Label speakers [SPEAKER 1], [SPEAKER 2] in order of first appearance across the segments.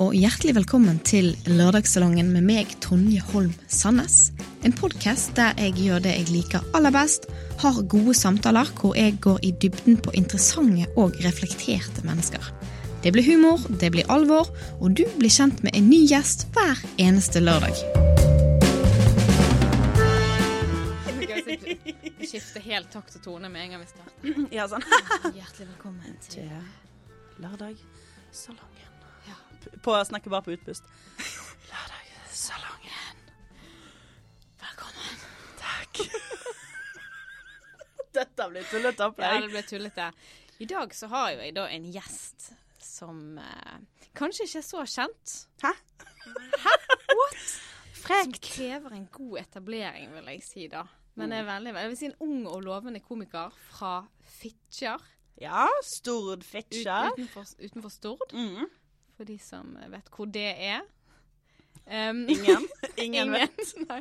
[SPEAKER 1] og hjertelig velkommen til Lørdagssalongen med meg, Tonje Holm Sandnes. En podkast der jeg gjør det jeg liker aller best, har gode samtaler hvor jeg går i dybden på interessante og reflekterte mennesker. Det blir humor, det blir alvor, og du blir kjent med en ny gjest hver eneste lørdag.
[SPEAKER 2] altså Skifte helt takt og tone med en gang vi starter.
[SPEAKER 3] Ja, sånn.
[SPEAKER 2] Hjertelig velkommen til
[SPEAKER 3] Til lørdagssalongen. På snakke bare på utpust. Lørdagssalongen.
[SPEAKER 2] Velkommen.
[SPEAKER 3] Takk. Dette blir tullete
[SPEAKER 2] Ja,
[SPEAKER 3] opplegg.
[SPEAKER 2] det ble tullete. I dag så har jo jeg da en gjest som eh, kanskje ikke er så kjent.
[SPEAKER 3] Hæ?
[SPEAKER 2] Som krever en god etablering, vil jeg si da.
[SPEAKER 3] Mm.
[SPEAKER 2] Men er veldig, jeg vil si en ung og lovende komiker fra Fitjar
[SPEAKER 3] Ja, Stord
[SPEAKER 2] ut,
[SPEAKER 3] Fitjar.
[SPEAKER 2] utenfor, utenfor Stord,
[SPEAKER 3] Mm.
[SPEAKER 2] for de som vet hvor det er. Um,
[SPEAKER 3] Ingen. Ingen vet.
[SPEAKER 2] Nei.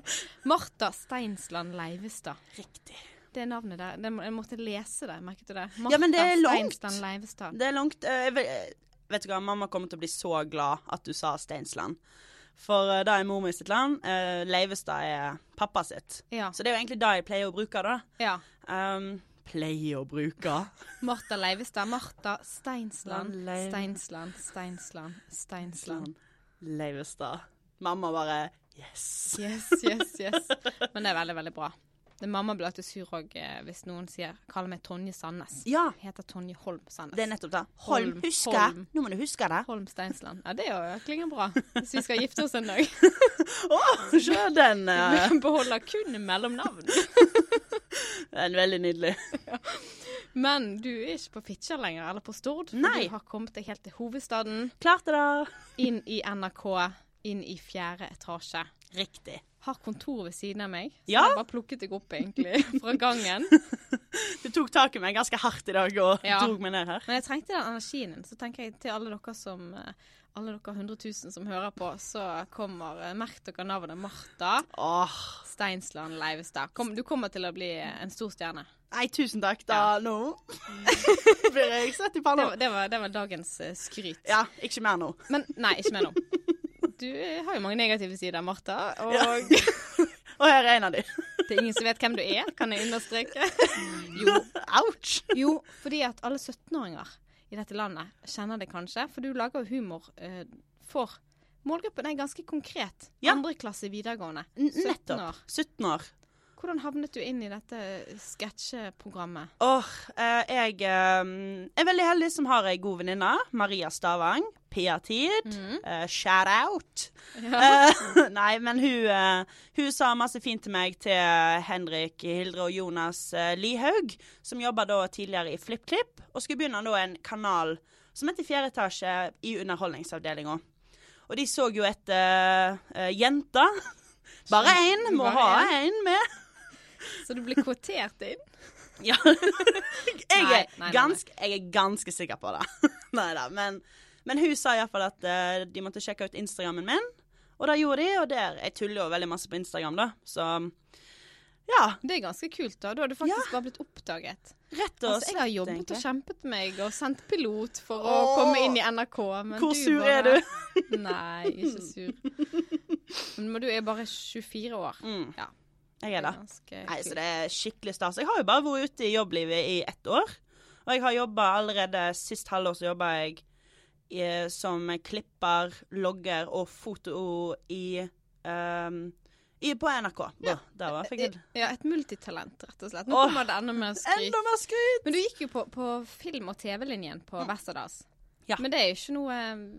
[SPEAKER 2] Martha Steinsland Leivestad.
[SPEAKER 3] Riktig.
[SPEAKER 2] Det navnet der. Det, må- jeg måtte lese det. Merket du det?
[SPEAKER 3] Ja, men det er
[SPEAKER 2] Martha
[SPEAKER 3] langt.
[SPEAKER 2] Steinsland Leivestad.
[SPEAKER 3] Det er langt eh, jeg vet- Vet du hva, mamma kommer til å bli så glad at du sa Steinsland. For eh, det er mor mi sitt land. eh, Leivestad er pappa sitt.
[SPEAKER 2] Ja.
[SPEAKER 3] Så det er jo egentlig det jeg pleier å bruke, da.
[SPEAKER 2] ja.
[SPEAKER 3] Um, pleier å bruke.
[SPEAKER 2] Martha Leivestad. Martha Steinsland.
[SPEAKER 3] Land Leiv-
[SPEAKER 2] Steinsland, Steinsland, Steinsland.
[SPEAKER 3] Island. Leivestad. Mamma bare Yes.
[SPEAKER 2] Yes, yes, yes. Men det er veldig, veldig bra. Det Mamma blir alltid sur òg hvis noen sier kaller meg Tonje Sandnes.
[SPEAKER 3] Ja,
[SPEAKER 2] Jeg heter Tonje Holm Sandnes.
[SPEAKER 3] det er nettopp det.
[SPEAKER 2] Holm,
[SPEAKER 3] Holm, husker
[SPEAKER 2] Holm.
[SPEAKER 3] Nå må du huske det.
[SPEAKER 2] Holm Steinsland. Ja, det er jo klinger bra. Hvis vi skal gifte oss en dag.
[SPEAKER 3] Å, se den. eh,
[SPEAKER 2] Beholder kun mellomnavn.
[SPEAKER 3] Den er veldig nydelig.
[SPEAKER 2] Men du er ikke på Fitjar lenger, eller på Stord. for
[SPEAKER 3] Nei.
[SPEAKER 2] Du har kommet deg helt til hovedstaden,
[SPEAKER 3] Klarte det.
[SPEAKER 2] inn i NRK, inn i fjerde etasje.
[SPEAKER 3] Riktig.
[SPEAKER 2] Har kontor ved siden av meg, så
[SPEAKER 3] Ja.
[SPEAKER 2] jeg bare plukket deg opp egentlig fra gangen.
[SPEAKER 3] Du tok tak i meg ganske hardt i dag og
[SPEAKER 2] Ja.
[SPEAKER 3] drog meg ned her.
[SPEAKER 2] Men jeg trengte den energien din, så tenker jeg til alle dere som eh, alle dere 100 000 som hører på, så kommer eh, Merk dere navnet Martha
[SPEAKER 3] Åh.
[SPEAKER 2] Steinsland Leivestad. Kom, du kommer til å bli eh, en stor stjerne.
[SPEAKER 3] Nei, tusen takk, da. Nå blir jeg sett i
[SPEAKER 2] Det
[SPEAKER 3] panna.
[SPEAKER 2] var, det var, det var dagens eh, skryt.
[SPEAKER 3] Ja, ikke mer nå.
[SPEAKER 2] Men nei, ikke mer nå. Du eh, har jo mange negative sider, Martha. Og
[SPEAKER 3] Og her er en av de.
[SPEAKER 2] Det er ingen som vet hvem du er, kan jeg understreke. Jo,
[SPEAKER 3] Ouch.
[SPEAKER 2] jo fordi at alle 17-åringer i dette landet kjenner det kanskje, for du lager jo humor eh, for Målgruppen er ganske konkret.
[SPEAKER 3] Ja.
[SPEAKER 2] Andre klasse videregående.
[SPEAKER 3] N-
[SPEAKER 2] 17
[SPEAKER 3] Nettopp.
[SPEAKER 2] år.
[SPEAKER 3] 17 år.
[SPEAKER 2] Hvordan havnet du inn i dette sketsjeprogrammet?
[SPEAKER 3] Åh, eh, jeg eh, er veldig heldig som har ei god venninne. Maria Stavang. PR-tid. shout out. Eh, nei, men hun, eh, hun sa masse fint til meg til Henrik Hildre og Jonas eh, Lihaug, som jobba da tidligere i FlippKlipp, og skulle begynne da en kanal som heter Fjerde etasje i Underholdningsavdelinga. Og de så jo etter eh, jenter. Bare én. Må
[SPEAKER 2] Bare
[SPEAKER 3] ha
[SPEAKER 2] én.
[SPEAKER 3] én med.
[SPEAKER 2] Så du ble kvotert inn?
[SPEAKER 3] Ja. jeg, er
[SPEAKER 2] Nei, nei, nei, nei.
[SPEAKER 3] Ganske, jeg er ganske sikker på det. nei da. Men, men hun sa iallfall at eh, de måtte sjekke ut Instagrammen min, og det gjorde de. Og der, jeg tuller jo veldig masse på Instagram, da, så ja.
[SPEAKER 2] Det er ganske kult, da. Da har du faktisk bare blitt oppdaget.
[SPEAKER 3] Rett og
[SPEAKER 2] Altså, jeg har
[SPEAKER 3] slett,
[SPEAKER 2] jobbet og
[SPEAKER 3] egentlig.
[SPEAKER 2] kjempet meg og sendt pilot for å
[SPEAKER 3] Åh!
[SPEAKER 2] komme inn i NRK. Men
[SPEAKER 3] Hvor
[SPEAKER 2] du
[SPEAKER 3] sur
[SPEAKER 2] bare...
[SPEAKER 3] er du?
[SPEAKER 2] Nei, ikke sur. Men du er bare 24 år.
[SPEAKER 3] Mm.
[SPEAKER 2] Ja,
[SPEAKER 3] Jeg er det.
[SPEAKER 2] ganske
[SPEAKER 3] Nei, så
[SPEAKER 2] kult.
[SPEAKER 3] det er skikkelig stas. Jeg har jo bare vært ute i jobblivet i ett år. Og jeg har jobba allerede sist halvår så jobba jeg i, som klipper, logger og foto i, ehm, i På NRK. Ja. Der var fikk jeg
[SPEAKER 2] Ja, et multitalent, rett og slett. Nå
[SPEAKER 3] Åh.
[SPEAKER 2] kommer det enda mer skryt.
[SPEAKER 3] Enda mer skryt!
[SPEAKER 2] Men du gikk jo på, på film- og TV-linjen på Westerdals.
[SPEAKER 3] Ja.
[SPEAKER 2] Men det er jo ikke noe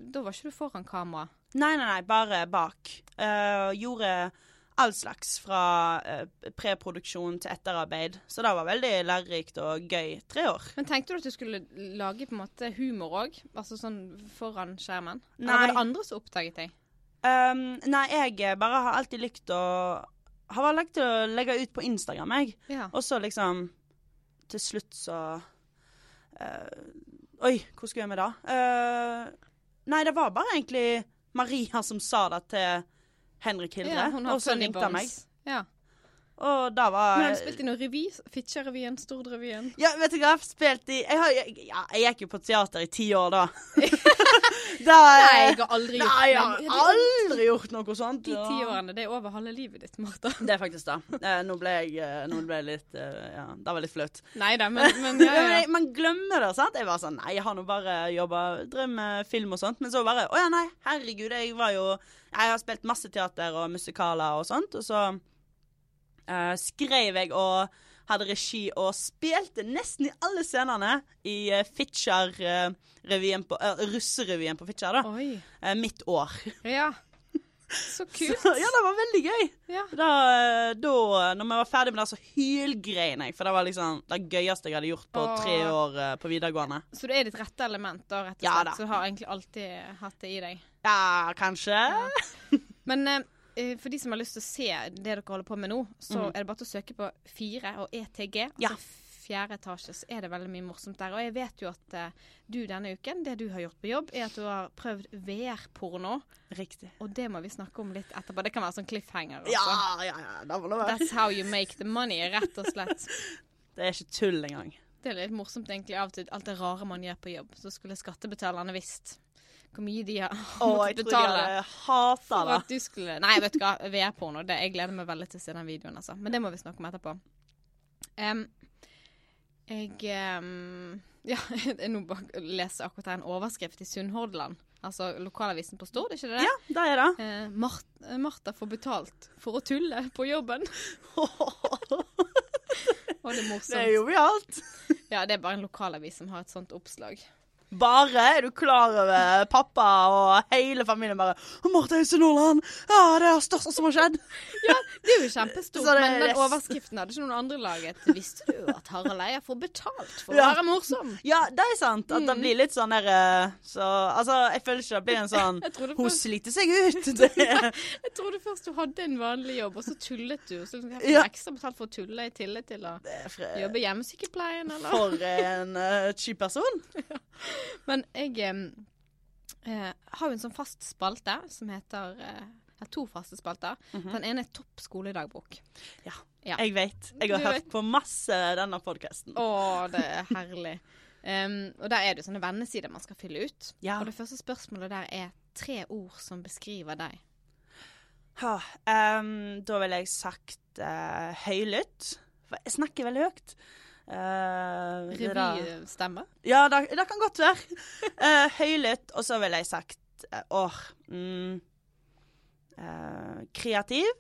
[SPEAKER 2] Da var ikke du foran kamera.
[SPEAKER 3] Nei, nei, nei, bare bak. Eh, gjorde all slags fra eh, preproduksjon til etterarbeid. Så det var veldig lærerikt og gøy. Tre år.
[SPEAKER 2] Men tenkte du at du skulle lage på en måte humor òg? Altså sånn foran skjermen? Eller
[SPEAKER 3] Nei.
[SPEAKER 2] var det andre som oppdaget deg?
[SPEAKER 3] Ehm, nei, jeg bare har alltid likt å Har bare likt å legge ut på Instagram, jeg.
[SPEAKER 2] Ja.
[SPEAKER 3] Og så liksom Til slutt så eh, Oi, hvor skulle jeg med det? Eh, nei, det var bare egentlig Maria som sa det til Henrik Hildre.
[SPEAKER 2] Ja, hun har
[SPEAKER 3] og så
[SPEAKER 2] funny
[SPEAKER 3] ringte han meg.
[SPEAKER 2] bones. Ja.
[SPEAKER 3] Og da var
[SPEAKER 2] Men har du spilt i noen revy? Fitjar-revyen, Stord-revyen?
[SPEAKER 3] Ja, vet du hva? Spilt i jeg, har, jeg, ja, jeg gikk jo på teater i ti år da. da eh,
[SPEAKER 2] Nei, jeg har aldri gjort
[SPEAKER 3] Nei, jeg
[SPEAKER 2] Men
[SPEAKER 3] har
[SPEAKER 2] det er
[SPEAKER 3] aldri gjort noe sånt.
[SPEAKER 2] De
[SPEAKER 3] ja.
[SPEAKER 2] ti årene, det er over halve livet ditt, Martha.
[SPEAKER 3] Det er faktisk det. Eh, nå ble jeg eh, nå ble jeg litt eh, Ja, det var litt flaut.
[SPEAKER 2] Nei da, men, men ja,
[SPEAKER 3] Men
[SPEAKER 2] ja.
[SPEAKER 3] jeg- Man glemmer det, sant? Jeg var sånn Nei, jeg har nå bare jobba Drev med film og sånt. Men så bare Å ja, nei, herregud, jeg var jo Jeg har spilt masse teater og musikaler og sånt, og så eh, skrev jeg og hadde regi og spilte nesten i alle scenene i uh, Fitjar-revyen på eh, Russerevyen på Fitjar, da.
[SPEAKER 2] Oi.
[SPEAKER 3] Eh, mitt år.
[SPEAKER 2] Ja. Så kult.
[SPEAKER 3] Så, ja, det var veldig gøy.
[SPEAKER 2] Ja.
[SPEAKER 3] Da, eh, da når vi var ferdig med det, så hylgrein jeg. For det var liksom det gøyeste jeg hadde gjort på
[SPEAKER 2] Åh.
[SPEAKER 3] tre år eh, på videregående.
[SPEAKER 2] Så du er ditt rette element, da, rett og
[SPEAKER 3] Ja,
[SPEAKER 2] slett.
[SPEAKER 3] da.
[SPEAKER 2] så du har egentlig alltid hatt det i deg.
[SPEAKER 3] Ja, kanskje.
[SPEAKER 2] Men eh, eh, for de som har lyst til å se det dere holder på med nå, så er det bare til å søke på 4 og ETG.
[SPEAKER 3] Mm. Ja.
[SPEAKER 2] Altså fjerde etasje, så er det veldig mye morsomt der. Og jeg vet jo at eh, du denne uken, det du har gjort på jobb, er at du har prøvd VR-porno.
[SPEAKER 3] Riktig.
[SPEAKER 2] Og det må vi snakke om litt etterpå. Det kan være sånn cliffhanger. Også.
[SPEAKER 3] Ja, ja, ja. Det må det være.
[SPEAKER 2] That's how you make the money, rett og slett.
[SPEAKER 3] Det er ikke tull engang.
[SPEAKER 2] Det er litt morsomt egentlig av og til, alt det rare man gjør på jobb. Så skulle skattebetalerne visst hvor mye de har
[SPEAKER 3] Å,
[SPEAKER 2] måttet
[SPEAKER 3] jeg tror jeg
[SPEAKER 2] betale.
[SPEAKER 3] hadde hata
[SPEAKER 2] For
[SPEAKER 3] det.
[SPEAKER 2] at du skulle Nei, vet du hva, VR-porno. det- Jeg gleder meg veldig til å se den videoen, altså. Men det må vi snakke om etterpå. Em, jeg em, Ja, jeg nå bak- leser akkurat her en overskrift i Sunnhordland. Altså lokalavisen på Stord, er ikke det det?
[SPEAKER 3] Ja, det er det.
[SPEAKER 2] Eh, Mar Martha får betalt for å tulle på jobben. Og det er morsomt.
[SPEAKER 3] Det er jo i alt.
[SPEAKER 2] Ja, det er bare en lokalavis som har et sånt oppslag.
[SPEAKER 3] Bare er du klar over pappa og hele familien bare Å, Marte Øystein Nordland! Ja, det er det største som har skjedd.
[SPEAKER 2] Det er jo kjempestort,
[SPEAKER 3] Så det-
[SPEAKER 2] men den
[SPEAKER 3] yes.
[SPEAKER 2] overskriften hadde ikke noen andre laget. Visste du at Harald Eia får betalt for å
[SPEAKER 3] Ja.
[SPEAKER 2] være morsom?
[SPEAKER 3] Ja, det er sant. At det blir litt sånn der eh, Så altså, jeg føler ikke det blir en sånn
[SPEAKER 2] Jeg trodde,
[SPEAKER 3] Hun
[SPEAKER 2] først,
[SPEAKER 3] sliter seg ut. Det er
[SPEAKER 2] jeg trodde først du hadde en vanlig jobb, og så tullet du. og Så liksom, jeg
[SPEAKER 3] Ja.
[SPEAKER 2] får ekstra betalt for å tulle i tillegg til å
[SPEAKER 3] fre-
[SPEAKER 2] jobbe i hjemmesykepleien, eller?
[SPEAKER 3] For en eh, kjip person.
[SPEAKER 2] Men jeg em, eh, har jo en sånn fast spalte som heter eh, jeg har to faste spalter. Den ene er Topp skoledagbok. Ja.
[SPEAKER 3] Jeg vet. Jeg
[SPEAKER 2] Du
[SPEAKER 3] har
[SPEAKER 2] vet.
[SPEAKER 3] hørt på masse denne podkasten.
[SPEAKER 2] Å, det er herlig. Em, og der er det jo sånne vennesider man skal fylle ut.
[SPEAKER 3] Ja.
[SPEAKER 2] Og det første spørsmålet der er tre ord som beskriver deg.
[SPEAKER 3] Ha, em, da ville jeg sagt eh, høylytt. For jeg snakker veldig høyt. Uh,
[SPEAKER 2] Revystemme.
[SPEAKER 3] Ja, det, det kan godt være. Eh, høylytt, og så ville jeg sagt eh, åh mm, eh, Kreativ.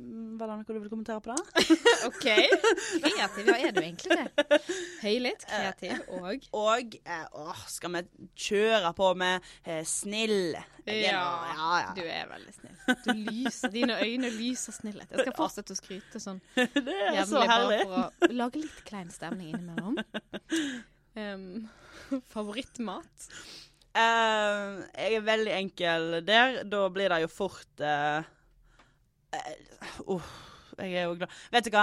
[SPEAKER 3] Mm, Var det noe du ville kommentere på det?
[SPEAKER 2] OK. Kreativ, ja, er du egentlig det? Høylytt, kreativ og
[SPEAKER 3] Og eh, åh, skal vi kjøre på med eh, snill? Jeg er nå- ja, ja.
[SPEAKER 2] Du er veldig snill. Du lyser, Dine øyne lyser snillhet. Jeg skal fortsette å skryte sånn
[SPEAKER 3] Det er så
[SPEAKER 2] jevnlig, bare
[SPEAKER 3] herlig.
[SPEAKER 2] for å lage litt klein stemning innimellom. Em, favorittmat?
[SPEAKER 3] Eh, jeg er veldig enkel der. Da blir det jo fort eh, eh, uh, Jeg er jo glad Vet du hva?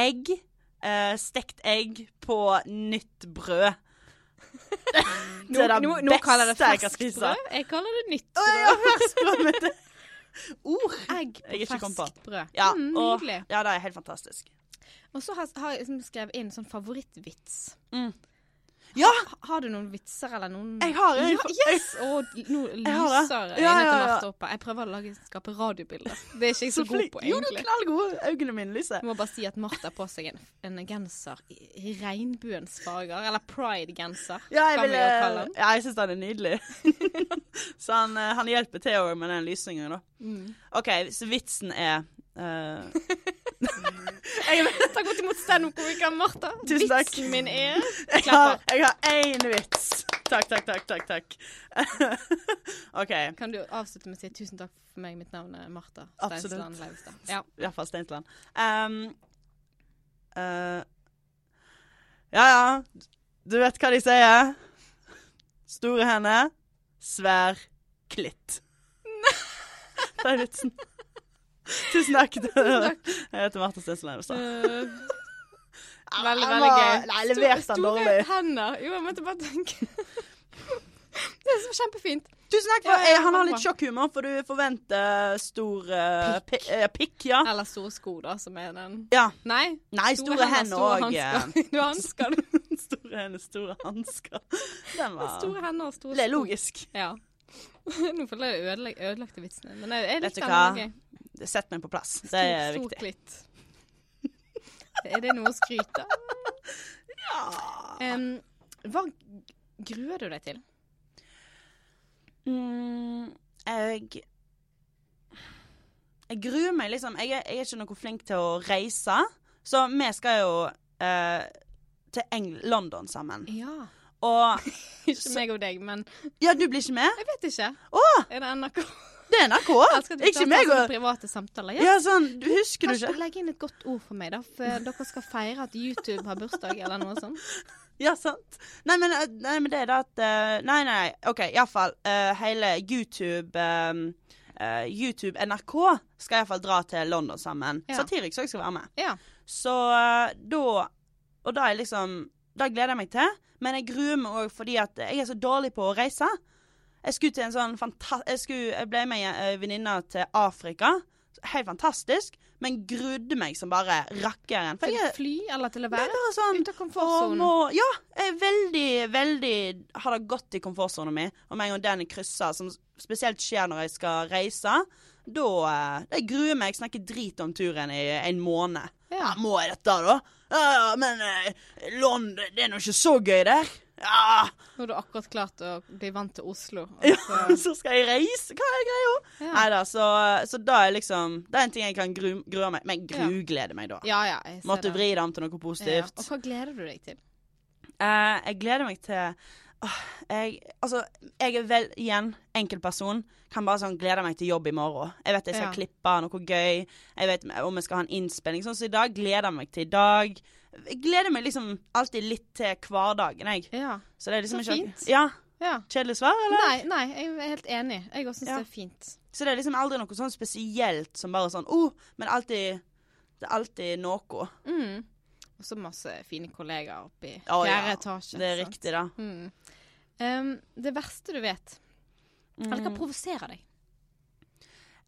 [SPEAKER 3] Egg. eh, stekt egg på nytt brød.
[SPEAKER 2] Nå, nå, nå kaller jeg det
[SPEAKER 3] kan
[SPEAKER 2] ferskt
[SPEAKER 3] spise.
[SPEAKER 2] brød. Jeg kaller det nytt
[SPEAKER 3] Å,
[SPEAKER 2] brød.
[SPEAKER 3] ja, ferskt brød med det. Ord.
[SPEAKER 2] Egg
[SPEAKER 3] Jeg er
[SPEAKER 2] på
[SPEAKER 3] ikke kom på.
[SPEAKER 2] ferskt brød.
[SPEAKER 3] Ja,
[SPEAKER 2] mm,
[SPEAKER 3] og,
[SPEAKER 2] nydelig.
[SPEAKER 3] ja, det er helt fantastisk.
[SPEAKER 2] Og så har, har jeg liksom skrevet inn sånn favorittvits.
[SPEAKER 3] Mm. Ja!
[SPEAKER 2] Ha- Har du noen vitser eller noen
[SPEAKER 3] Jeg har en.
[SPEAKER 2] Ja, yes! Og nå
[SPEAKER 3] Jeg har det.
[SPEAKER 2] lyser
[SPEAKER 3] Ja,
[SPEAKER 2] øynene
[SPEAKER 3] ja,
[SPEAKER 2] til
[SPEAKER 3] ja.
[SPEAKER 2] Marte opp. her. Jeg prøver å lage, skape radiobilder. Det er ikke jeg så, god
[SPEAKER 3] flink.
[SPEAKER 2] på,
[SPEAKER 3] Jo, du er
[SPEAKER 2] egentlig.
[SPEAKER 3] knallgod. Øynene mine lyser.
[SPEAKER 2] Jeg må bare si at Marte har på seg en, en genser i, i regnbuens farger. Eller pride-genser,
[SPEAKER 3] Ja, jeg,
[SPEAKER 2] kan vi
[SPEAKER 3] vil, eh,
[SPEAKER 2] jo kalle den.
[SPEAKER 3] ja, jeg syns han er nydelig. så han, eh, han hjelper til også med den lysingen, da.
[SPEAKER 2] Mm.
[SPEAKER 3] OK, så vitsen er eh,
[SPEAKER 2] Ta godt imot standup-komikeren Marte.
[SPEAKER 3] Tusen takk.
[SPEAKER 2] Vitsen min er
[SPEAKER 3] Jeg har jeg har én vits. Takk, takk, takk, takk. takk. OK.
[SPEAKER 2] Kan du avslutte med å si tusen takk for meg, mitt navn er Marta
[SPEAKER 3] Absolutt.
[SPEAKER 2] Steinsland Lauvstad. Ja.
[SPEAKER 3] I hvert fall Steinsland. Ehm, eh, ja, ja. Du vet hva de sier. Store hender, svær klitt. Det er vitsen. Tusen takk. Jeg heter Marte Steinsland altså. Lauvstad.
[SPEAKER 2] Eh, Veldig,
[SPEAKER 3] Han
[SPEAKER 2] veldig
[SPEAKER 3] var-
[SPEAKER 2] gøy.
[SPEAKER 3] Nei, jeg leverte den
[SPEAKER 2] Store-
[SPEAKER 3] dårlig.
[SPEAKER 2] Store hender. Jo, jeg måtte bare tenke. Det er så det var kjempefint.
[SPEAKER 3] Tusen
[SPEAKER 2] Ja,
[SPEAKER 3] takk. For,
[SPEAKER 2] ja,
[SPEAKER 3] eh, han
[SPEAKER 2] bra.
[SPEAKER 3] har litt sjokkhumor, for du forventer stor eh,
[SPEAKER 2] Pikk.
[SPEAKER 3] pi- eh, pikk. Ja.
[SPEAKER 2] Eller store sko, da, som er den
[SPEAKER 3] ja.
[SPEAKER 2] Nei.
[SPEAKER 3] Nei, store hender
[SPEAKER 2] store
[SPEAKER 3] og eh,
[SPEAKER 2] hansker. Du har hansker, du.
[SPEAKER 3] Store hender, store hansker. Den var
[SPEAKER 2] Store hender og store sko.
[SPEAKER 3] Det er logisk.
[SPEAKER 2] Ja. Nå føler jeg det ødelag, ødelagte vitsene, men jeg, jeg
[SPEAKER 3] Vet
[SPEAKER 2] likte
[SPEAKER 3] du
[SPEAKER 2] den.
[SPEAKER 3] hva?
[SPEAKER 2] den var gøy.
[SPEAKER 3] Sett meg på plass. Det er
[SPEAKER 2] Stor- stor
[SPEAKER 3] viktig.
[SPEAKER 2] klitt. Er det noe å skryte av?
[SPEAKER 3] Ah.
[SPEAKER 2] Em, hva gruer du deg til?
[SPEAKER 3] Mm, jeg Jeg gruer meg, liksom. Jeg er, jeg er ikke noe flink til å reise, så vi skal jo eh, til Eng London sammen.
[SPEAKER 2] Ja.
[SPEAKER 3] Og
[SPEAKER 2] Ikke meg og deg, men
[SPEAKER 3] Ja, du blir ikke med?
[SPEAKER 2] jeg vet ikke.
[SPEAKER 3] Åh!
[SPEAKER 2] Er det NRK?
[SPEAKER 3] Det er NRK!
[SPEAKER 2] Skal du ta
[SPEAKER 3] Ikke meg
[SPEAKER 2] sånne
[SPEAKER 3] og
[SPEAKER 2] private samtaler? Ja.
[SPEAKER 3] Ja, sånn, du husker du
[SPEAKER 2] Kanskje
[SPEAKER 3] ikke?
[SPEAKER 2] du legger inn et godt ord for meg, da, for dere skal feire at YouTube har bursdag, eller noe sånt.
[SPEAKER 3] Ja, sant. Nei, men, eh, nei, men det er da at eh, Nei, nei, OK, iallfall. Uh, hele YouTube eh, eh, YouTube NRK skal iallfall dra til London sammen.
[SPEAKER 2] Ja.
[SPEAKER 3] Satiriks òg skal være med.
[SPEAKER 2] Ja.
[SPEAKER 3] Så eh, da Og da er liksom Da gleder jeg meg til. Men jeg gruer meg òg fordi at jeg er så dårlig på å reise. Jeg skulle til en sånn fanta... Jeg, skulle, jeg ble med ei venninne til Afrika. Helt fantastisk. Men grudde meg som bare rakkeren. For
[SPEAKER 2] Til
[SPEAKER 3] jeg er
[SPEAKER 2] fly, eller til å
[SPEAKER 3] det er
[SPEAKER 2] være
[SPEAKER 3] bare sånn
[SPEAKER 2] ute av
[SPEAKER 3] og
[SPEAKER 2] komfortsonen.
[SPEAKER 3] må, ja, jeg er veldig, veldig har det godt i komfortsonen min. Og med en gang den er kryssa, som spesielt skjer når jeg skal reise, da eh, Jeg gruer meg. Jeg snakker drit om turen i en måned. Ja,
[SPEAKER 2] Ja.
[SPEAKER 3] må jeg dette, da? Ja, men eh, London Det er nå ikke så gøy der. Ja,
[SPEAKER 2] Nå har du akkurat klart å bli vant til Oslo. og
[SPEAKER 3] ja,
[SPEAKER 2] så-
[SPEAKER 3] så skal jeg reise? Hva er greia?
[SPEAKER 2] Ja.
[SPEAKER 3] Nei da, så, så da er liksom Det er en ting jeg kan gru, grue meg Men jeg grugleder meg, da.
[SPEAKER 2] Ja, ja, jeg ser
[SPEAKER 3] Måtte
[SPEAKER 2] den.
[SPEAKER 3] vri det om til noe
[SPEAKER 2] Ja.
[SPEAKER 3] positivt.
[SPEAKER 2] Og hva gleder du deg til?
[SPEAKER 3] Eh, jeg gleder meg til Åh, jeg, altså, jeg er vel igjen enkeltperson. Kan bare sånn glede meg til jobb i morgen. Jeg vet jeg skal
[SPEAKER 2] Ja.
[SPEAKER 3] klippe noe gøy. Jeg vet om jeg skal ha en innspilling. Sånn som i dag. Gleder jeg meg til i dag. Jeg gleder meg liksom alltid litt til hverdagen, jeg.
[SPEAKER 2] Ja.
[SPEAKER 3] Så det er liksom
[SPEAKER 2] Så
[SPEAKER 3] ikke
[SPEAKER 2] fint.
[SPEAKER 3] Ja.
[SPEAKER 2] ja.
[SPEAKER 3] Kjedelig svar, eller?
[SPEAKER 2] Nei, nei, jeg er helt enig. Jeg også syns
[SPEAKER 3] Ja.
[SPEAKER 2] det er fint.
[SPEAKER 3] Så det er liksom aldri noe sånn spesielt som bare sånn oh, men alltid Det er alltid noe.
[SPEAKER 2] Mm. Og så masse fine kollegaer oppe i
[SPEAKER 3] Å,
[SPEAKER 2] fjerde
[SPEAKER 3] ja.
[SPEAKER 2] etasje.
[SPEAKER 3] Det er
[SPEAKER 2] sant?
[SPEAKER 3] riktig, da.
[SPEAKER 2] Mm. Em, det verste du vet,
[SPEAKER 3] Mm.
[SPEAKER 2] eller hva provoserer deg?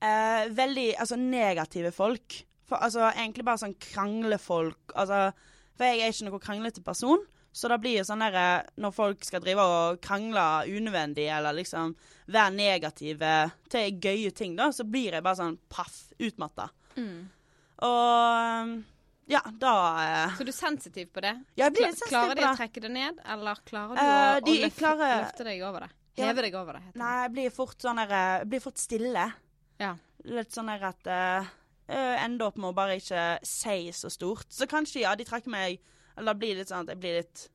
[SPEAKER 3] eh, veldig altså, negative folk. For, altså, egentlig bare sånn kranglefolk. Altså, for jeg er ikke noen kranglete person. Så det blir jo sånn der eh, når folk skal drive og krangle unødvendig, eller liksom være negative til gøye ting, da, så blir jeg bare sånn paff, utmatta.
[SPEAKER 2] Mm.
[SPEAKER 3] Og um, ja, da eh,
[SPEAKER 2] Så er du sensitiv på det?
[SPEAKER 3] Ja, jeg blir
[SPEAKER 2] Kla-
[SPEAKER 3] litt sensitiv
[SPEAKER 2] klarer de å
[SPEAKER 3] på det.
[SPEAKER 2] trekke det ned, eller klarer du
[SPEAKER 3] Eh,
[SPEAKER 2] å,
[SPEAKER 3] de-
[SPEAKER 2] å
[SPEAKER 3] jeg
[SPEAKER 2] løfte,
[SPEAKER 3] klarer-
[SPEAKER 2] løfte deg over det?
[SPEAKER 3] Ja.
[SPEAKER 2] Heve deg over det, heter
[SPEAKER 3] Nei, jeg blir fort sånn der eh, jeg Blir fort stille.
[SPEAKER 2] det. Ja.
[SPEAKER 3] litt sånn her at uh, Ender opp med å bare ikke si så stort. Så kanskje, ja, de trekker meg Eller da blir det litt sånn at jeg blir litt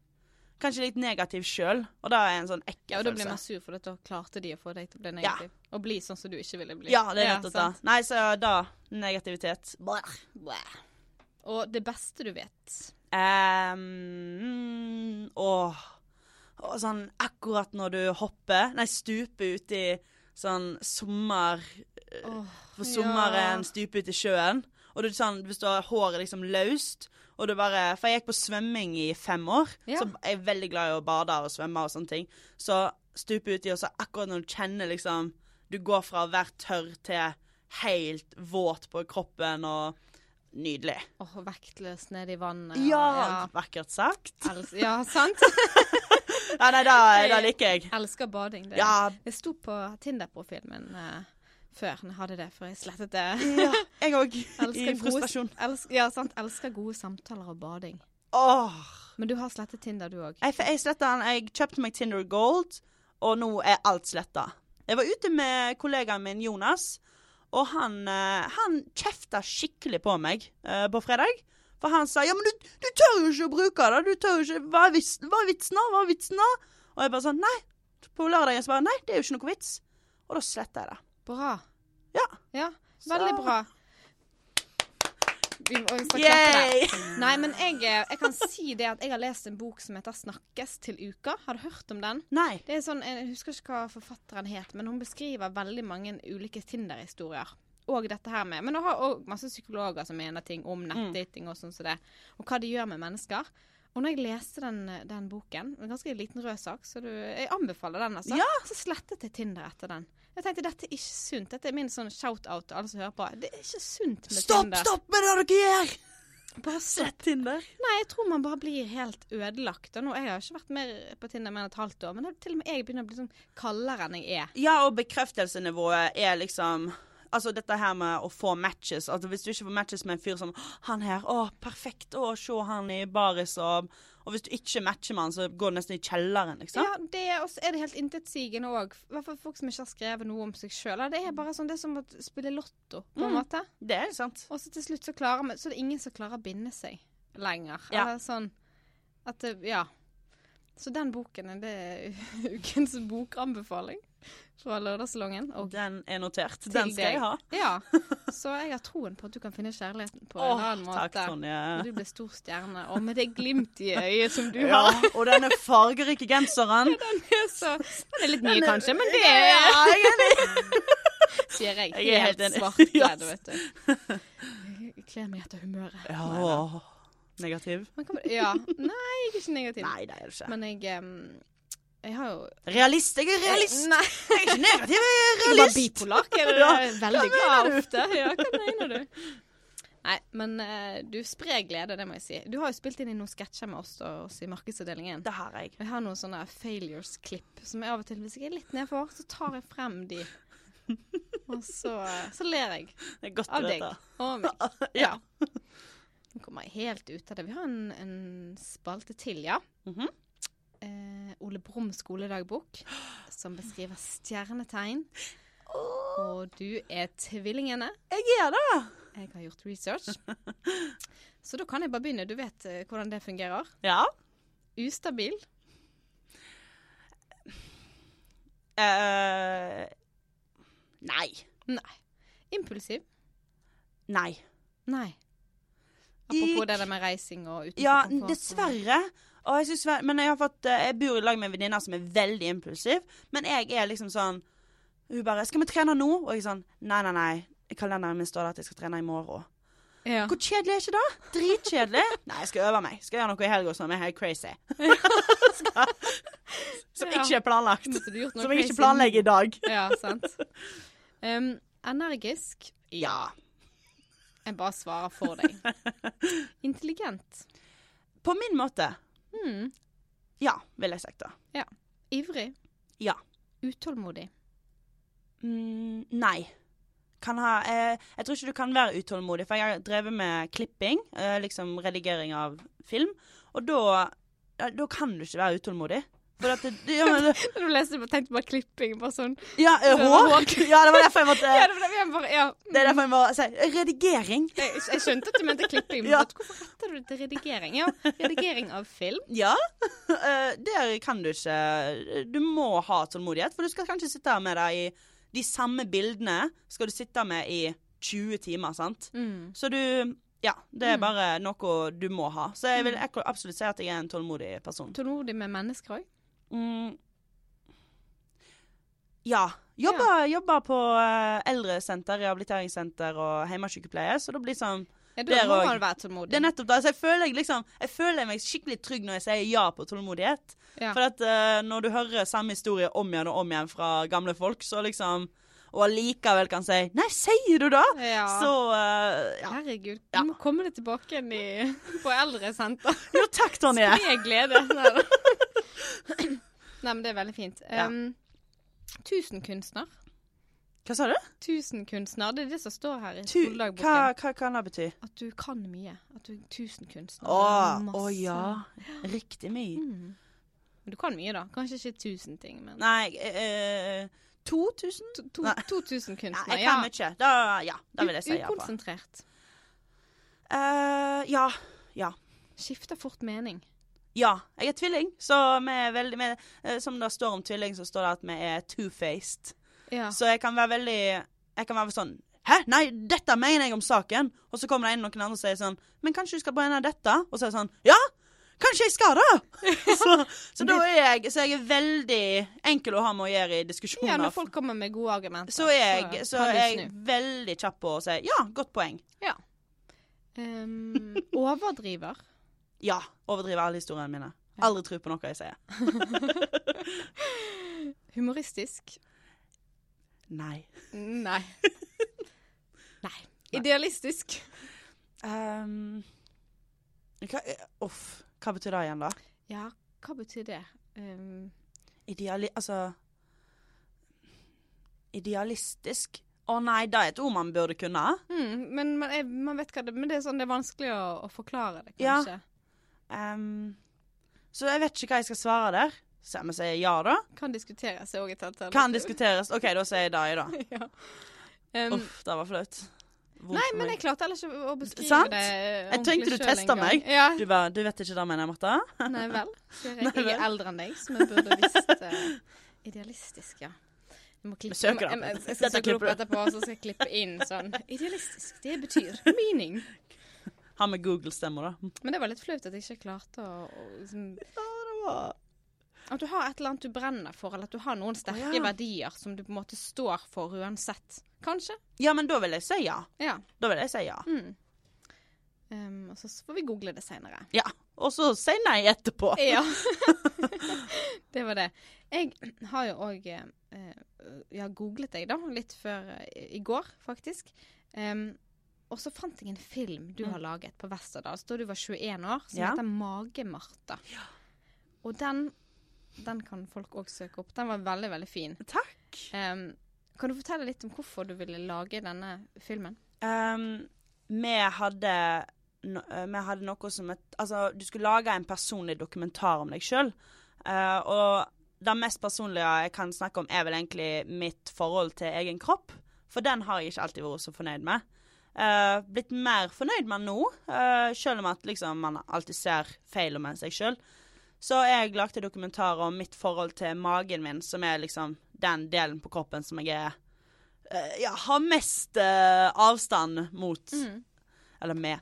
[SPEAKER 3] Kanskje litt negativ sjøl, og da er jeg en sånn
[SPEAKER 2] ja,
[SPEAKER 3] ekkel
[SPEAKER 2] og da blir
[SPEAKER 3] følelse.
[SPEAKER 2] man sur, for at da klarte de å få deg til å bli
[SPEAKER 3] Ja.
[SPEAKER 2] negativ. Og bli sånn som du ikke ville bli.
[SPEAKER 3] Ja, det er nettopp
[SPEAKER 2] sant.
[SPEAKER 3] det. Nei, så da Negativitet. Brr.
[SPEAKER 2] Blæh. Og det beste du vet.
[SPEAKER 3] Ehm, åh. Og sånn akkurat når du hopper Nei, stuper uti sånn sommer Eh, For sommeren stuper ut i sjøen. Og det er sånn, hvis du har håret liksom løst og du bare, For jeg gikk på svømming i fem år,
[SPEAKER 2] Ja.
[SPEAKER 3] så jeg er veldig glad i å bade og svømme og sånne ting. Så stupe uti, og så akkurat når du kjenner liksom Du går fra å være tørr til helt våt på kroppen og Nydelig.
[SPEAKER 2] Åh, vektløs nede i vannet.
[SPEAKER 3] Ja!
[SPEAKER 2] og-
[SPEAKER 3] Vakkert sagt.
[SPEAKER 2] ja. Els ja, sant?
[SPEAKER 3] Ja, nei, da, da liker jeg.
[SPEAKER 2] Elsker bading. Det,
[SPEAKER 3] Ja.
[SPEAKER 2] det sto på Tinder-profilen min eh, før. Jeg hadde det, for jeg slettet det.
[SPEAKER 3] Ja, jeg òg. I
[SPEAKER 2] Elsker
[SPEAKER 3] frustrasjon.
[SPEAKER 2] Gode, elsk, ja, sant. Elsker gode samtaler og bading.
[SPEAKER 3] Åh.
[SPEAKER 2] Men du har slettet Tinder, du òg.
[SPEAKER 3] Jeg, jeg sletta den. Jeg kjøpte meg Tinder Gold, og nå er alt sletta. Jeg var ute med kollegaen min Jonas, og han, eh, han kjefta skikkelig på meg eh, på fredag. For han sa 'ja, men du, du tør jo ikke å bruke det'. du tør jo ikke, 'Hva er vitsen, hva er vitsen da? Hva er vitsen da?' Og jeg bare sånn 'nei'. På lørdagen så bare 'nei, det er jo ikke noe vits'. Og da sletta jeg det.
[SPEAKER 2] Bra.
[SPEAKER 3] Ja.
[SPEAKER 2] Ja, veldig
[SPEAKER 3] Så-
[SPEAKER 2] bra. Vi må vi skal klappe der.
[SPEAKER 3] Yay!
[SPEAKER 2] Nei, men jeg, eh, jeg kan si det at jeg har lest en bok som heter 'Snakkes til uka'. Har du hørt om den?
[SPEAKER 3] Nei.
[SPEAKER 2] Det er sånn, Jeg husker ikke hva forfatteren het, men hun beskriver veldig mange ulike Tinder-historier. Og dette her med,
[SPEAKER 3] Mm.
[SPEAKER 2] Men hun har òg masse psykologer som mener ting om nettdating og sånn som det, og hva det gjør med mennesker. Og Og når jeg leste den, den boken, en ganske liten rød sak, så du, jeg anbefaler den, altså.
[SPEAKER 3] Ja.
[SPEAKER 2] Så slettet jeg Tinder etter den. Jeg tenkte dette er ikke sunt. Dette er min sånn shout-out til alle som hører på. Det er ikke sunt med
[SPEAKER 3] Stopp,
[SPEAKER 2] Tinder.
[SPEAKER 3] stopp med det dere gjør!
[SPEAKER 2] Bare stopp!
[SPEAKER 3] Slett Tinder.
[SPEAKER 2] Nei, jeg tror man bare blir helt ødelagt. Og nå, jeg har ikke vært mer på Tinder mer enn et halvt år, men det, er til og med jeg begynner å bli sånn kaldere enn jeg er.
[SPEAKER 3] Ja, og bekreftelsenivået er liksom Altså dette her med å få matches. Altså Hvis du ikke får matches med en fyr som 'Han her, å, perfekt. Å, se han i baris', og Og hvis du ikke matcher med han, så går det nesten i kjelleren, liksom.
[SPEAKER 2] Ja, det er, og så er det helt intetsigende òg. I hvert fall folk som ikke har skrevet noe om seg sjøl. Det er bare sånn, det er som å spille lotto, på en
[SPEAKER 3] Mm.
[SPEAKER 2] måte.
[SPEAKER 3] Det er sant.
[SPEAKER 2] Og så til slutt så klarer vi Så det er ingen som klarer å binde seg lenger.
[SPEAKER 3] Ja.
[SPEAKER 2] Eller sånn at det, Ja. Så den boken er det er ukens bokanbefaling fra Lørdagssalongen. Og
[SPEAKER 3] Den er notert.
[SPEAKER 2] til
[SPEAKER 3] Den skal
[SPEAKER 2] deg.
[SPEAKER 3] jeg ha.
[SPEAKER 2] Ja. Så jeg har troen på at du kan finne kjærligheten på en
[SPEAKER 3] Åh,
[SPEAKER 2] annen måte.
[SPEAKER 3] takk, Tonje.
[SPEAKER 2] Når du blir stor stjerne, og med det glimt i øyet som du
[SPEAKER 3] Ja,
[SPEAKER 2] har.
[SPEAKER 3] og denne fargerike genseren.
[SPEAKER 2] Så, det er litt mye,
[SPEAKER 3] Den er-
[SPEAKER 2] kanskje, men eh, det
[SPEAKER 3] Ja, jeg er enig.
[SPEAKER 2] sier jeg.
[SPEAKER 3] Jeg er helt enig.
[SPEAKER 2] svartkledd, vet du. Jeg kler meg etter humøret.
[SPEAKER 3] Ja, negativ.
[SPEAKER 2] Men kan man, ja. Nei, jeg er ikke negativ.
[SPEAKER 3] Nei, det er du ikke.
[SPEAKER 2] Men jeg em, Jeg har jo
[SPEAKER 3] Realist. Jeg er realist.
[SPEAKER 2] Nei,
[SPEAKER 3] Jeg er ikke negativ, jeg er
[SPEAKER 2] du var
[SPEAKER 3] realist.
[SPEAKER 2] bipolar. Er du
[SPEAKER 3] Ja,
[SPEAKER 2] veldig
[SPEAKER 3] hva
[SPEAKER 2] glad
[SPEAKER 3] mener
[SPEAKER 2] ofte? Ja, hva mener du? Nei, men eh, du sprer glede, det må jeg si. Du har jo spilt inn i noen sketsjer med oss, da, oss i markedsavdelingen.
[SPEAKER 3] Det har jeg.
[SPEAKER 2] Og Jeg har noen sånne failures-klipp som jeg av og til, hvis jeg er litt nedfor, så tar jeg frem de. Og så, eh, så ler jeg
[SPEAKER 3] Det er godt
[SPEAKER 2] av
[SPEAKER 3] du vet
[SPEAKER 2] deg
[SPEAKER 3] det.
[SPEAKER 2] og meg.
[SPEAKER 3] Ja.
[SPEAKER 2] Nå kommer jeg helt ut av det. Vi har en, en spalte til, ja.
[SPEAKER 3] Mhm.
[SPEAKER 2] eh, Ole Brumm skoledagbok, som beskriver stjernetegn. Og du er tvillingene.
[SPEAKER 3] Jeg er det.
[SPEAKER 2] Jeg har gjort research. Så da kan jeg bare begynne. Du vet eh, hvordan det fungerer.
[SPEAKER 3] Ja.
[SPEAKER 2] Ustabil.
[SPEAKER 3] Eh, nei.
[SPEAKER 2] Nei. Impulsiv.
[SPEAKER 3] Nei.
[SPEAKER 2] Nei. Apropos
[SPEAKER 3] Ikk.
[SPEAKER 2] det der med reising og utenfor
[SPEAKER 3] Ja,
[SPEAKER 2] komfort.
[SPEAKER 3] dessverre. Og jeg synes, vel- men jeg har fått eh, Jeg bor i lag med en venninne som er veldig impulsiv. Men jeg er liksom sånn Hun bare 'Skal vi trene nå?' Og jeg er sånn Nei, nei, nei. I kalenderen min står det at jeg skal trene i
[SPEAKER 2] Ah.
[SPEAKER 3] morgen.
[SPEAKER 2] Ja.
[SPEAKER 3] Hvor kjedelig er ikke det? Dritkjedelig. Nei, jeg skal øve meg. Skal gjøre noe i helga som er helt crazy. Skal- som
[SPEAKER 2] Ja.
[SPEAKER 3] ikke er planlagt.
[SPEAKER 2] Måtte du gjort noe
[SPEAKER 3] Som jeg ikke
[SPEAKER 2] crazy
[SPEAKER 3] planlegger i dag.
[SPEAKER 2] nå? Ja, sant. Em, energisk.
[SPEAKER 3] Ja.
[SPEAKER 2] Jeg bare svarer for deg. Intelligent.
[SPEAKER 3] På min måte.
[SPEAKER 2] Hmm.
[SPEAKER 3] Ja, vil jeg sagt da.
[SPEAKER 2] Ivrig.
[SPEAKER 3] Ja.
[SPEAKER 2] Utålmodig.
[SPEAKER 3] Mm, nei. Kan ha, eh, jeg tror ikke du kan være utålmodig, for jeg har drevet med klipping, eh, liksom redigering av film, og da, ja, da kan du ikke være utålmodig. For at det, ja, men, det-
[SPEAKER 2] Du leste, jeg tenkte bare klipping. Bare sånn.
[SPEAKER 3] ja, eh,
[SPEAKER 2] Det var
[SPEAKER 3] hår? Ja, det var derfor jeg måtte
[SPEAKER 2] Ja, det var det vi bare, ja.
[SPEAKER 3] Det er derfor jeg må si eh, redigering.
[SPEAKER 2] Jeg, jeg skjønte at du mente klipping, men
[SPEAKER 3] Ja.
[SPEAKER 2] hvorfor retter du det til redigering? Ja, redigering av film.
[SPEAKER 3] Ja. Eh, der kan du ikke eh, Du må ha tålmodighet, for du skal kanskje sitte her med deg i De samme bildene skal du sitte med i 20 timer, sant?
[SPEAKER 2] Hmm,
[SPEAKER 3] Så du Ja, det er bare noe du må ha. Så jeg vil akkur- absolutt si at jeg er en tålmodig person.
[SPEAKER 2] Tålmodig med mennesker òg.
[SPEAKER 3] Mm. Ja. Jobber, jobber på eh, eldresenter, rehabiliteringssenter og hjemmesykepleie, så det blir sånn
[SPEAKER 2] Ja, da
[SPEAKER 3] Der
[SPEAKER 2] må
[SPEAKER 3] òg.
[SPEAKER 2] man være
[SPEAKER 3] Det
[SPEAKER 2] tålmodig.
[SPEAKER 3] er nettopp det. Så jeg føler, jeg liksom, jeg føler meg skikkelig trygg når jeg sier ja på tålmodighet.
[SPEAKER 2] Ja.
[SPEAKER 3] For at eh, når du hører samme historie om igjen og om igjen fra gamle folk, så liksom Og allikevel kan si Nei, sier du det?!
[SPEAKER 2] Ja.
[SPEAKER 3] Så eh, ja.
[SPEAKER 2] Herregud, du
[SPEAKER 3] Ja.
[SPEAKER 2] må komme deg tilbake igjen i, på eldresenter.
[SPEAKER 3] Jo, takk, Tonje.
[SPEAKER 2] Med glede. Nei, da. Nei, men det er veldig fint.
[SPEAKER 3] Ja.
[SPEAKER 2] Um, Tusenkunstner.
[SPEAKER 3] Hva sa du?
[SPEAKER 2] Tusenkunstner, det er det som står her i
[SPEAKER 3] Tu hva,
[SPEAKER 2] skoledagboken.
[SPEAKER 3] hva kan det bety?
[SPEAKER 2] At du kan mye. At du er tusenkunstner.
[SPEAKER 3] Å,
[SPEAKER 2] Det er
[SPEAKER 3] å
[SPEAKER 2] masse.
[SPEAKER 3] ja. Riktig mye.
[SPEAKER 2] Mm. Men du kan mye, da. Kanskje ikke tusen ting, men
[SPEAKER 3] Nei eh, 2000?
[SPEAKER 2] to- to-
[SPEAKER 3] Nei.
[SPEAKER 2] 2000
[SPEAKER 3] Nei,
[SPEAKER 2] kunstnere.
[SPEAKER 3] jeg kan mye. Da, ja, da vil jeg si ja på.
[SPEAKER 2] Ukonsentrert.
[SPEAKER 3] Eh, ja. Ja.
[SPEAKER 2] Skifter fort mening.
[SPEAKER 3] Ja, jeg er tvilling, så vi er veldig vi, eh, Som det står om tvilling, så står det at vi er two-faced.
[SPEAKER 2] Ja.
[SPEAKER 3] Så jeg kan være veldig Jeg kan være sånn Hæ, nei, dette mener jeg om saken! Og så kommer det inn noen andre og sier sånn Men kanskje du skal brenne dette? Og så er jeg sånn Ja! Kanskje jeg skal det! så, så da er jeg Så jeg er veldig enkel å ha med å gjøre i diskusjoner.
[SPEAKER 2] ja, når folk kommer med gode argumenter,
[SPEAKER 3] så er jeg, så
[SPEAKER 2] kan
[SPEAKER 3] er
[SPEAKER 2] du
[SPEAKER 3] jeg
[SPEAKER 2] snu.
[SPEAKER 3] veldig kjapp på å si ja, godt poeng.
[SPEAKER 2] Ja. Ehm, overdriver.
[SPEAKER 3] Ja, overdriver alle historiene mine. Aldri tro på noe jeg sier.
[SPEAKER 2] Humoristisk?
[SPEAKER 3] Nei.
[SPEAKER 2] Nei. Nei. Idealistisk?
[SPEAKER 3] Ehm, hva, eh, uff, hva betyr det igjen, da?
[SPEAKER 2] Ja, hva betyr det? Um,
[SPEAKER 3] Ideali... Altså Idealistisk? Å nei, det er et ord man burde kunne.
[SPEAKER 2] hmm, men man, er, man vet hva det Men det er sånn, det er vanskelig å, å forklare det,
[SPEAKER 3] Ja.
[SPEAKER 2] kanskje.
[SPEAKER 3] Ehm, så jeg vet ikke hva jeg skal svare der. Så jeg må si ja, da.
[SPEAKER 2] Kan diskuteres, er òg et alternativ.
[SPEAKER 3] Kan diskuteres. OK, da sier jeg det, da.
[SPEAKER 2] ja. um,
[SPEAKER 3] Uff, det var flaut. Vondt
[SPEAKER 2] Nei,
[SPEAKER 3] for
[SPEAKER 2] men
[SPEAKER 3] meg.
[SPEAKER 2] jeg klarte heller ikke å beskrive
[SPEAKER 3] Sant?
[SPEAKER 2] det eh,
[SPEAKER 3] Jeg tenkte
[SPEAKER 2] ordentlig
[SPEAKER 3] du
[SPEAKER 2] selv
[SPEAKER 3] testa
[SPEAKER 2] engang.
[SPEAKER 3] meg.
[SPEAKER 2] Ja.
[SPEAKER 3] Du, bare, du vet ikke det, mener jeg, Martha?
[SPEAKER 2] Nei vel. Skal
[SPEAKER 3] Nei
[SPEAKER 2] Jeg, jeg
[SPEAKER 3] vel.
[SPEAKER 2] er eldre enn deg, så vi burde visst eh, Idealistisk, ja. Vi må klippe-
[SPEAKER 3] Vi søker
[SPEAKER 2] jeg,
[SPEAKER 3] opp
[SPEAKER 2] må- jeg,
[SPEAKER 3] dette.
[SPEAKER 2] jeg skal
[SPEAKER 3] Dette
[SPEAKER 2] søke det opp
[SPEAKER 3] klipper
[SPEAKER 2] etterpå, og så skal jeg klippe inn sånn Idealistisk, det betyr meaning.
[SPEAKER 3] Har med Google-stemmer, da.
[SPEAKER 2] Men det var litt flaut at jeg ikke klarte å, å liksom,
[SPEAKER 3] Det var-
[SPEAKER 2] At du har et eller annet du brenner for, eller at du har noen sterke
[SPEAKER 3] Å, ja.
[SPEAKER 2] verdier som du på en måte står for uansett. Kanskje.
[SPEAKER 3] Ja, men da vil jeg si ja.
[SPEAKER 2] Ja.
[SPEAKER 3] Da vil jeg si ja.
[SPEAKER 2] Mm. Ehm, og så får vi google det seinere.
[SPEAKER 3] Ja. Og så si nei etterpå.
[SPEAKER 2] Ja. det var det. Jeg har jo òg eh, eh, ja, googlet deg, da, litt før eh, i går, faktisk. Ehm, og så fant jeg en film du har laget på Westerdals da du var 21 år, som
[SPEAKER 3] Mm. Ja.
[SPEAKER 2] heter 'Mage-Martha'. Og den, den kan folk òg søke opp. Den var veldig, veldig fin.
[SPEAKER 3] Takk.
[SPEAKER 2] Ehm, kan du fortelle litt om hvorfor du ville lage denne filmen?
[SPEAKER 3] Ehm, vi hadde no, eh, vi hadde noe som et Altså, du skulle lage en personlig dokumentar om deg sjøl. og det mest personlige jeg kan snakke om, er vel egentlig mitt forhold til egen kropp. For den har jeg ikke alltid vært så fornøyd med. Eh, blitt mer fornøyd med nå, eh, sjøl om at liksom, man alltid ser feil med seg sjøl. Så jeg lagde dokumentar om mitt forhold til magen min, som er liksom den delen på kroppen som jeg er eh, ja, har mest eh, avstand mot.
[SPEAKER 2] Mm.
[SPEAKER 3] Eller med.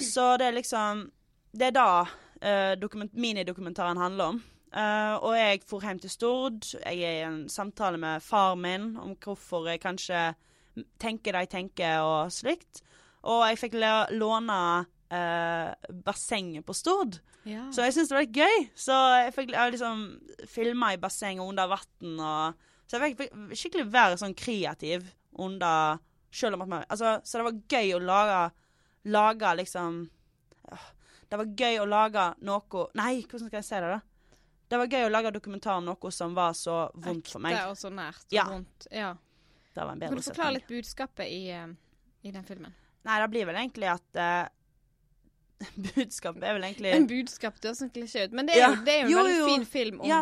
[SPEAKER 3] Så det er liksom Det er da eh, dokument, minidokumentaren handler om. Eh, og jeg for hjem til Stord. Jeg er i en samtale med far min om hvorfor jeg kanskje tenker det jeg tenker, og slikt. Og jeg fikk la- låne eh, bassenget på Stord.
[SPEAKER 2] Ja.
[SPEAKER 3] Så jeg syntes det var litt gøy. Så jeg fikk jeg liksom filma i bassenget under vann og Så jeg fikk fikk skikkelig være sånn kreativ under Selv om at man Altså, så det var gøy å lage Lage liksom Åh, Det var gøy å lage noe Nei, hvordan skal jeg si det, da? Det var gøy å lage dokumentar om noe som var så vondt for meg.
[SPEAKER 2] Ekte og så nært og
[SPEAKER 3] Ja.
[SPEAKER 2] vondt. Ja.
[SPEAKER 3] Det var en
[SPEAKER 2] Kan
[SPEAKER 3] bedre
[SPEAKER 2] du forklare
[SPEAKER 3] setning.
[SPEAKER 2] litt budskapet i, eh, i den filmen?
[SPEAKER 3] Nei, det blir vel egentlig at eh, Budskapet er vel egentlig
[SPEAKER 2] En budskap det høres sånn klisjé ut, men det er,
[SPEAKER 3] Eh, Ja.
[SPEAKER 2] jo, det er jo en
[SPEAKER 3] Jo,
[SPEAKER 2] veldig
[SPEAKER 3] jo.
[SPEAKER 2] fin film om,
[SPEAKER 3] Ja,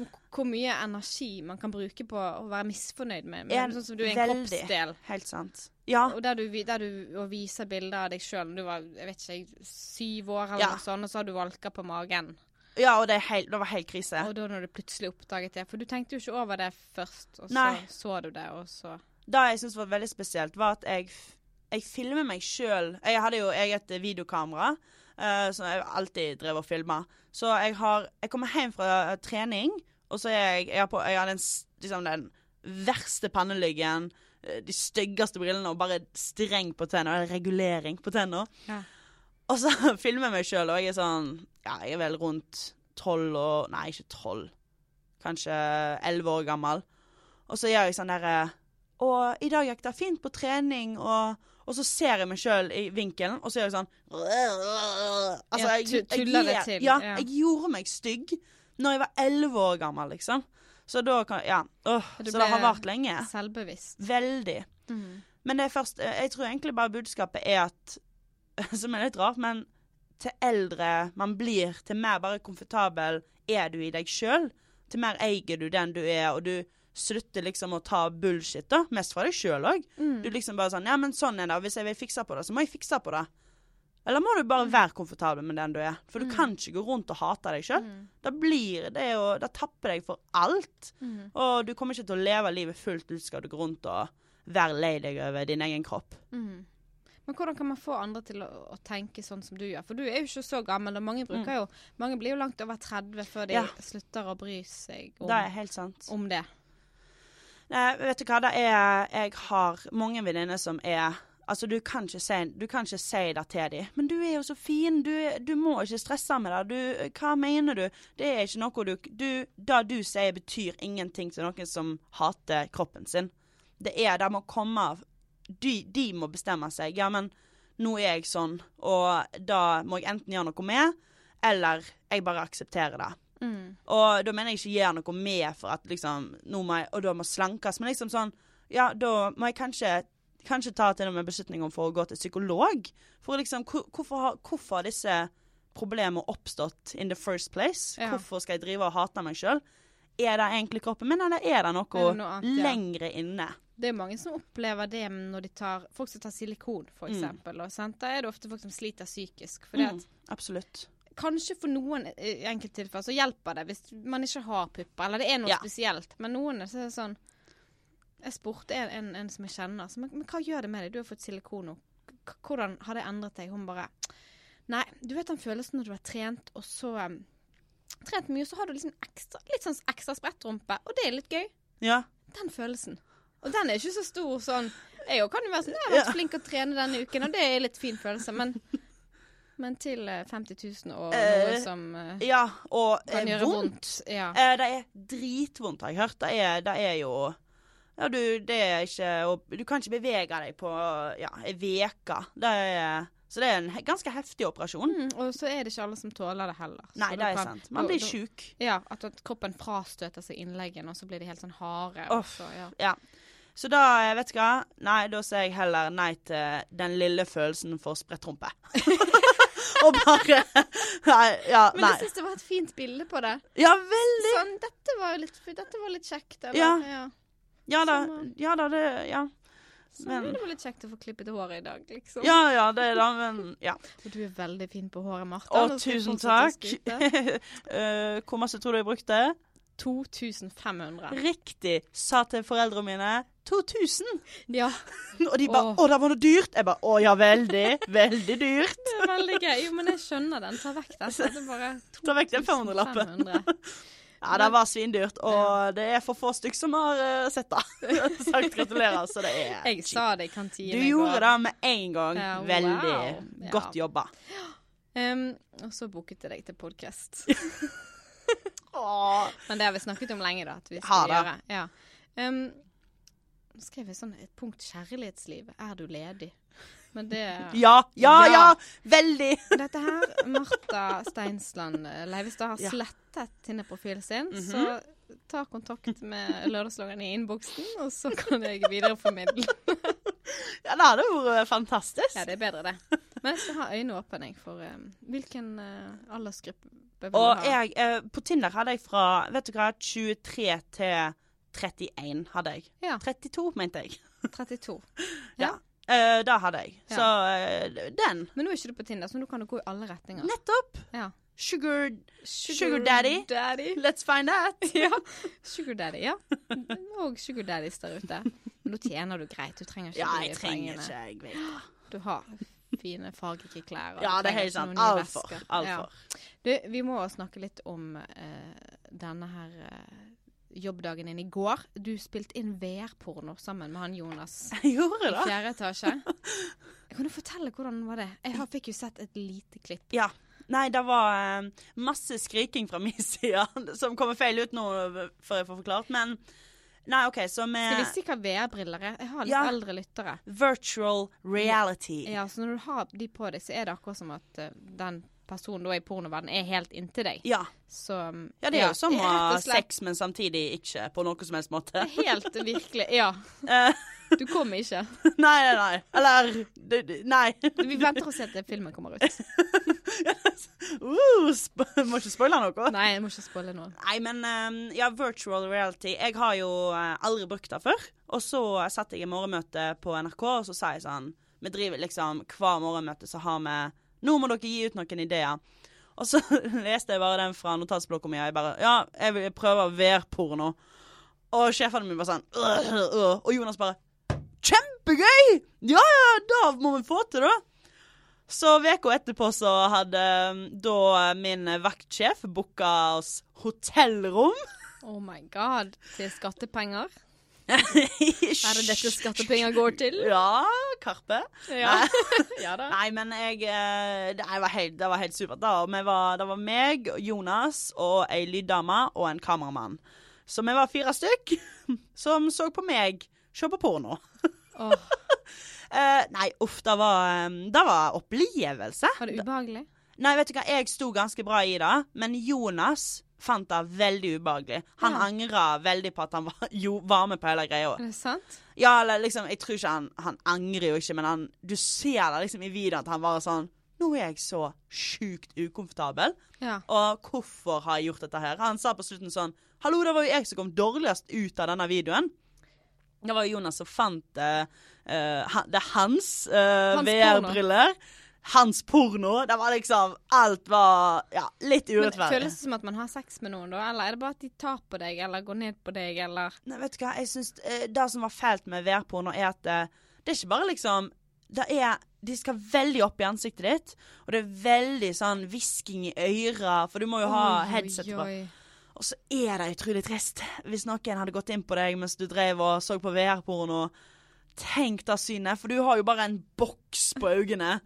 [SPEAKER 2] om k- hvor mye energi man kan bruke på å være misfornøyd med. Men,
[SPEAKER 3] Ja,
[SPEAKER 2] sånn som du er en
[SPEAKER 3] veldig.
[SPEAKER 2] kroppsdel,
[SPEAKER 3] helt sant. Ja.
[SPEAKER 2] og der du, vi- der du og viser bilder av deg sjøl når du var jeg vet ikke, syv år, eller
[SPEAKER 3] Ja.
[SPEAKER 2] noe sånt, og så har du valker på magen.
[SPEAKER 3] ja og det, er helt, det var helt krise.
[SPEAKER 2] Og da når du plutselig oppdaget det. For du tenkte jo ikke over det først, og så
[SPEAKER 3] Nei.
[SPEAKER 2] så du det, og så
[SPEAKER 3] Det jeg syntes var veldig spesielt, var at jeg, f- jeg filmer meg sjøl. Jeg hadde jo eget videokamera, eh, som jeg alltid drev og filma. Så jeg har Jeg kommer hjem fra eh, trening, og så er jeg Jeg har, på, jeg har den, s- liksom den verste pannelyggen, eh, de styggeste brillene og bare streng på tenna. eller Regulering på tenna.
[SPEAKER 2] Ja.
[SPEAKER 3] Og så filmer jeg meg sjøl, og jeg er sånn Ja, jeg er vel rundt tolv og Nei, ikke tolv. Kanskje elleve år gammel. Og så gjør jeg sånn derre og i dag gikk det fint på trening, og, og så ser jeg meg sjøl i vinkelen, og så gjør jeg sånn altså,
[SPEAKER 2] Ja, tu- tuller det
[SPEAKER 3] gjør-
[SPEAKER 2] til,
[SPEAKER 3] Ja,
[SPEAKER 2] ja.
[SPEAKER 3] jeg gjorde meg stygg når jeg var elleve år gammel, liksom. Så da kan Ja. Åh,
[SPEAKER 2] Og du
[SPEAKER 3] så det har
[SPEAKER 2] ble-
[SPEAKER 3] vart lenge.
[SPEAKER 2] selvbevisst.
[SPEAKER 3] Veldig.
[SPEAKER 2] Mhm.
[SPEAKER 3] Men det er først eh, Jeg tror egentlig bare budskapet er at Som er litt rart, men til eldre man blir, til mer bare komfortabel er du i deg sjøl. Til mer eier du den du er, og du slutter liksom å ta bullshit, da. Mest fra deg sjøl òg.
[SPEAKER 2] Mm.
[SPEAKER 3] Du liksom bare sånn Ja, men sånn er det. og Hvis jeg vil fikse på det, så må jeg fikse på det. Eller må du bare
[SPEAKER 2] Mm.
[SPEAKER 3] være komfortabel med den du er? For du kan ikke gå rundt og hate deg sjøl.
[SPEAKER 2] Mm.
[SPEAKER 3] Da blir det jo Da tapper deg for alt.
[SPEAKER 2] Mhm.
[SPEAKER 3] Og du kommer ikke til å leve livet fullt ut skal du gå rundt og være lei deg over din egen kropp.
[SPEAKER 2] Mm. Men hvordan kan man få andre til å, å tenke sånn som du gjør? For du er jo ikke så gammel, og mange, bruker jo, mange blir jo langt over 30 før de
[SPEAKER 3] Mm. Ja.
[SPEAKER 2] slutter å bry seg om
[SPEAKER 3] Det er helt sant.
[SPEAKER 2] om det.
[SPEAKER 3] Nei, vet du hva, det er Jeg har mange venninner som er Altså, du kan ikke si, du kan ikke si det til dem. 'Men du er jo så fin. Du, er- du må ikke stresse med det. Du, hva mener du?' Det er ikke noe du, du Det du sier, betyr ingenting til noen som hater kroppen sin. Det er Det må komme av de, de må bestemme seg. Ja, men nå er jeg sånn, og da må jeg enten gjøre noe med, eller jeg bare aksepterer det.
[SPEAKER 2] Mm.
[SPEAKER 3] Og da mener jeg ikke gjøre noe med for at liksom nå må jeg, Og da må slankes. Men liksom sånn Ja, da må jeg kanskje Kanskje ta til og med beslutning om for å gå til psykolog. For liksom, hvor- hvorfor har, hvorfor har disse problemene oppstått in the first place?
[SPEAKER 2] Ja.
[SPEAKER 3] Hvorfor skal jeg drive og hate meg sjøl? Er det egentlig kroppen min, eller er det noe,
[SPEAKER 2] Er det noe annet, ja.
[SPEAKER 3] lengre inne?
[SPEAKER 2] Det er mange som opplever det når de tar Folk som tar silikon, for
[SPEAKER 3] Mm.
[SPEAKER 2] eksempel. Og, sant? Da er det ofte folk som sliter psykisk. Fordi
[SPEAKER 3] Mm,
[SPEAKER 2] at
[SPEAKER 3] absolutt.
[SPEAKER 2] kanskje for noen eh, i enkelttilfeller så hjelper det hvis man ikke har pupper, eller det er noe
[SPEAKER 3] Ja.
[SPEAKER 2] spesielt. Men noen er så er det sånn Jeg spurte en, en, en som jeg kjenner, så, men, men hva gjør det med deg? Du har fått silikon nå. K- Hvordan har det endret deg? Hun bare Nei, du vet den følelsen når du har trent, og så em, Trent mye, så har du liksom ekstra, litt sånn ekstra sprettrumpe, og det er litt gøy
[SPEAKER 3] Ja.
[SPEAKER 2] den følelsen. Og den er ikke så stor sånn Jeg òg kan jo være sånn Jeg har vært
[SPEAKER 3] Ja.
[SPEAKER 2] flink å trene denne uken, og det er litt fin følelse, men Men til eh, 50 000 og
[SPEAKER 3] Eh,
[SPEAKER 2] noe som eh,
[SPEAKER 3] ja og
[SPEAKER 2] kan
[SPEAKER 3] eh,
[SPEAKER 2] gjøre
[SPEAKER 3] vondt.
[SPEAKER 2] vondt. Ja.
[SPEAKER 3] Eh, det er dritvondt, har jeg hørt. Det er, det er jo Ja, du, det er ikke og Du kan ikke bevege deg på ja, ei uke. Det er Så det er en he- ganske heftig operasjon.
[SPEAKER 2] Mm, og så er det ikke alle som tåler det heller. Så
[SPEAKER 3] Nei,
[SPEAKER 2] du
[SPEAKER 3] det er
[SPEAKER 2] kan-
[SPEAKER 3] sant. Man
[SPEAKER 2] da-
[SPEAKER 3] blir
[SPEAKER 2] da-
[SPEAKER 3] sjuk.
[SPEAKER 2] Ja, at, at kroppen frastøter seg innleggen, og så blir de helt sånn harde.
[SPEAKER 3] Åh.
[SPEAKER 2] Og så, ja.
[SPEAKER 3] Ja. Så da, eh, vet du hva Nei, da sier jeg heller nei til den lille følelsen for sprettrumpe. Og bare Nei. Ja,
[SPEAKER 2] Men jeg
[SPEAKER 3] nei.
[SPEAKER 2] syns det var et fint bilde på det.
[SPEAKER 3] Ja, veldig.
[SPEAKER 2] Sånn, dette var jo litt, dette var litt kjekt, eller?
[SPEAKER 3] Ja.
[SPEAKER 2] ja.
[SPEAKER 3] Ja da. Ja da, det Ja.
[SPEAKER 2] Sånn,
[SPEAKER 3] Men-
[SPEAKER 2] det var litt kjekt å få klippet håret i dag, liksom.
[SPEAKER 3] Ja ja, det er da, men Ja.
[SPEAKER 2] Og du er veldig fin på håret, Martha.
[SPEAKER 3] Å,
[SPEAKER 2] Nå skal jeg
[SPEAKER 3] tusen
[SPEAKER 2] fortsette
[SPEAKER 3] takk.
[SPEAKER 2] å skryte.
[SPEAKER 3] Eh, Hvor masse tror du jeg brukte?
[SPEAKER 2] 2500.
[SPEAKER 3] Riktig, sa til foreldrene mine 2000.
[SPEAKER 2] Ja,
[SPEAKER 3] Og de bare
[SPEAKER 2] Åh.
[SPEAKER 3] 'Å, det var noe dyrt'. Jeg bare 'Å ja, veldig. Veldig dyrt'.
[SPEAKER 2] det er veldig gøy. Jo, men jeg skjønner den. Ta vekk den. så er Det bare
[SPEAKER 3] Ta vekk den 500-lappen.
[SPEAKER 2] 2500.
[SPEAKER 3] Ja, det var svindyrt. Og det er for få stykk som har eh, sett det. Sagt gratulerer, så det er
[SPEAKER 2] Jeg sa det i kantinen
[SPEAKER 3] Du
[SPEAKER 2] i går.
[SPEAKER 3] gjorde det med en gang.
[SPEAKER 2] Ja, wow.
[SPEAKER 3] Veldig
[SPEAKER 2] Ja.
[SPEAKER 3] godt jobba.
[SPEAKER 2] Ehm, og så booket jeg deg til podkast.
[SPEAKER 3] Åh.
[SPEAKER 2] Men det har vi snakket om lenge, da. At vi
[SPEAKER 3] Har
[SPEAKER 2] skal
[SPEAKER 3] det.
[SPEAKER 2] gjøre. Ja. Ehm, nå skrev jeg sånn et punkt kjærlighetslivet. Er du ledig? Men det
[SPEAKER 3] Ja,
[SPEAKER 2] Ja.
[SPEAKER 3] ja, ja! Veldig.
[SPEAKER 2] Dette her, Martha Steinsland eh, Leivestad har
[SPEAKER 3] Ja. Mhm.
[SPEAKER 2] slettet denne profilen sin, så ta kontakt med lørdagsloggen i innboksen, og så kan jeg videreformidle.
[SPEAKER 3] Ja, det hadde vært fantastisk.
[SPEAKER 2] Ja, det er bedre det. Men jeg skal ha øynene åpne jeg, for eh, hvilken eh, aldersgruppe vil man
[SPEAKER 3] Og
[SPEAKER 2] ha?
[SPEAKER 3] jeg, eh, på Tinder hadde jeg fra vet du hva, 23 til 31. hadde jeg.
[SPEAKER 2] Ja.
[SPEAKER 3] 32, mente jeg.
[SPEAKER 2] 32.
[SPEAKER 3] Ja. Eh, det hadde jeg.
[SPEAKER 2] Ja.
[SPEAKER 3] Så eh, den.
[SPEAKER 2] Men nå er ikke du på Tinder, så nå kan du gå i alle retninger.
[SPEAKER 3] Nettopp.
[SPEAKER 2] Ja.
[SPEAKER 3] Sugar Sugar daddy.
[SPEAKER 2] daddy.
[SPEAKER 3] Let's find that.
[SPEAKER 2] Ja. Sugar daddy, ja. Og sugar daddies der ute. Men da tjener du greit. Du trenger ikke
[SPEAKER 3] Ja,
[SPEAKER 2] de
[SPEAKER 3] jeg trenger
[SPEAKER 2] pengene.
[SPEAKER 3] ikke jeg vet. det.
[SPEAKER 2] Du har fine fargerike klær. og
[SPEAKER 3] Ja,
[SPEAKER 2] du
[SPEAKER 3] det er
[SPEAKER 2] trenger
[SPEAKER 3] helt
[SPEAKER 2] ikke noen
[SPEAKER 3] sant.
[SPEAKER 2] nye
[SPEAKER 3] Altfor.
[SPEAKER 2] vesker. Ja.
[SPEAKER 3] Altfor.
[SPEAKER 2] Du, vi må snakke litt om eh, denne her eh, jobbdagen din i går. Du spilte inn VR-porno sammen med han Jonas
[SPEAKER 3] Jeg gjorde
[SPEAKER 2] i
[SPEAKER 3] det.
[SPEAKER 2] fjerde etasje. Kan du fortelle hvordan var det? Jeg har, fikk jo sett et lite klipp.
[SPEAKER 3] Ja. Nei, det var eh, masse skriking fra min side som kommer feil ut nå før jeg får forklart, men Nei, OK, så
[SPEAKER 2] Skal vi
[SPEAKER 3] med
[SPEAKER 2] si hva VR-briller er? Jeg har litt
[SPEAKER 3] Ja.
[SPEAKER 2] eldre lyttere.
[SPEAKER 3] virtual reality.
[SPEAKER 2] Ja, så når du har de på deg, så er det akkurat som at eh, den personen da i pornoverdenen er helt inntil deg.
[SPEAKER 3] Ja.
[SPEAKER 2] Så mm,
[SPEAKER 3] Ja, det er jo som å ha
[SPEAKER 2] rett og slett
[SPEAKER 3] sex, men samtidig ikke på noe som helst måte.
[SPEAKER 2] Helt virkelig. Ja.
[SPEAKER 3] Eh,
[SPEAKER 2] Du kommer ikke.
[SPEAKER 3] nei, nei, nei. Eller du- du- Nei.
[SPEAKER 2] Vi venter og ser til filmen kommer ut.
[SPEAKER 3] Uh, sp må ikke spoile noe.
[SPEAKER 2] Nei, jeg må ikke spoile noe.
[SPEAKER 3] Nei, men ehm, ja, virtual reality. Jeg har jo eh, aldri brukt det før. Og så eh, satt jeg i morgenmøte på NRK, og så sa jeg sånn Vi driver liksom Hver morgenmøte så har vi Nå må dere gi ut noen ideer. Og så leste jeg bare den fra notatblokka mi, og jeg bare Ja, jeg vil prøve VR-porno. Og sjefen min var sånn «Øh, øh», Og Jonas bare Kjempegøy! Ja, ja, da må vi få til det. Så veka etterpå så hadde um, da min vaktsjef booka oss hotellrom.
[SPEAKER 2] Oh my god. Til skattepenger. Er det dette skattepenger går til?
[SPEAKER 3] Ja, Karpe.
[SPEAKER 2] Ja, ja da.
[SPEAKER 3] Nei, men jeg eh, Det jeg var helt, det var helt supert. da. Og vi var, det var meg, Jonas og ei lyddame og en kameramann. Så vi var fire stykk som så på meg se på porno.
[SPEAKER 2] Åh,
[SPEAKER 3] Eh, nei, uff, det var, eh, det var opplevelse.
[SPEAKER 2] var det ubehagelig?
[SPEAKER 3] Nei, vet du hva, jeg sto ganske bra i det, men Jonas fant det veldig ubehagelig. Han
[SPEAKER 2] Ja.
[SPEAKER 3] angra veldig på at han var, jo, var med på hele greia.
[SPEAKER 2] Er det sant?
[SPEAKER 3] Ja, eller liksom, jeg tror ikke han Han angrer jo ikke, men han, du ser det liksom i videoen at han bare sånn Nå er jeg så sjukt ukomfortabel,
[SPEAKER 2] Ja.
[SPEAKER 3] og hvorfor har jeg gjort dette her? Han sa på slutten sånn Hallo, det var jo jeg som kom dårligst ut av denne videoen. Det var jo Jonas som fant eh, eh, han- Det er hans, eh,
[SPEAKER 2] Hans porno.
[SPEAKER 3] VR-briller. Hans porno. Det var liksom Alt var ja, litt
[SPEAKER 2] Men Føles
[SPEAKER 3] urettferdig.
[SPEAKER 2] det som at man har sex med noen, da? Eller er det bare at de tar på deg, eller går ned på deg, eller
[SPEAKER 3] Nei, vet du hva, jeg synes eh, Det som var fælt med VR-porno, er at eh, det er ikke bare liksom det er, De skal veldig opp i ansiktet ditt, og det er veldig sånn hvisking i øra, for du må jo ha
[SPEAKER 2] Oi, oi,
[SPEAKER 3] headset på.
[SPEAKER 2] oi.
[SPEAKER 3] Og så er det utrolig trist hvis noen hadde gått inn på deg mens du drev og så på VR-porno. Tenk det synet, for du har jo bare en boks på øynene.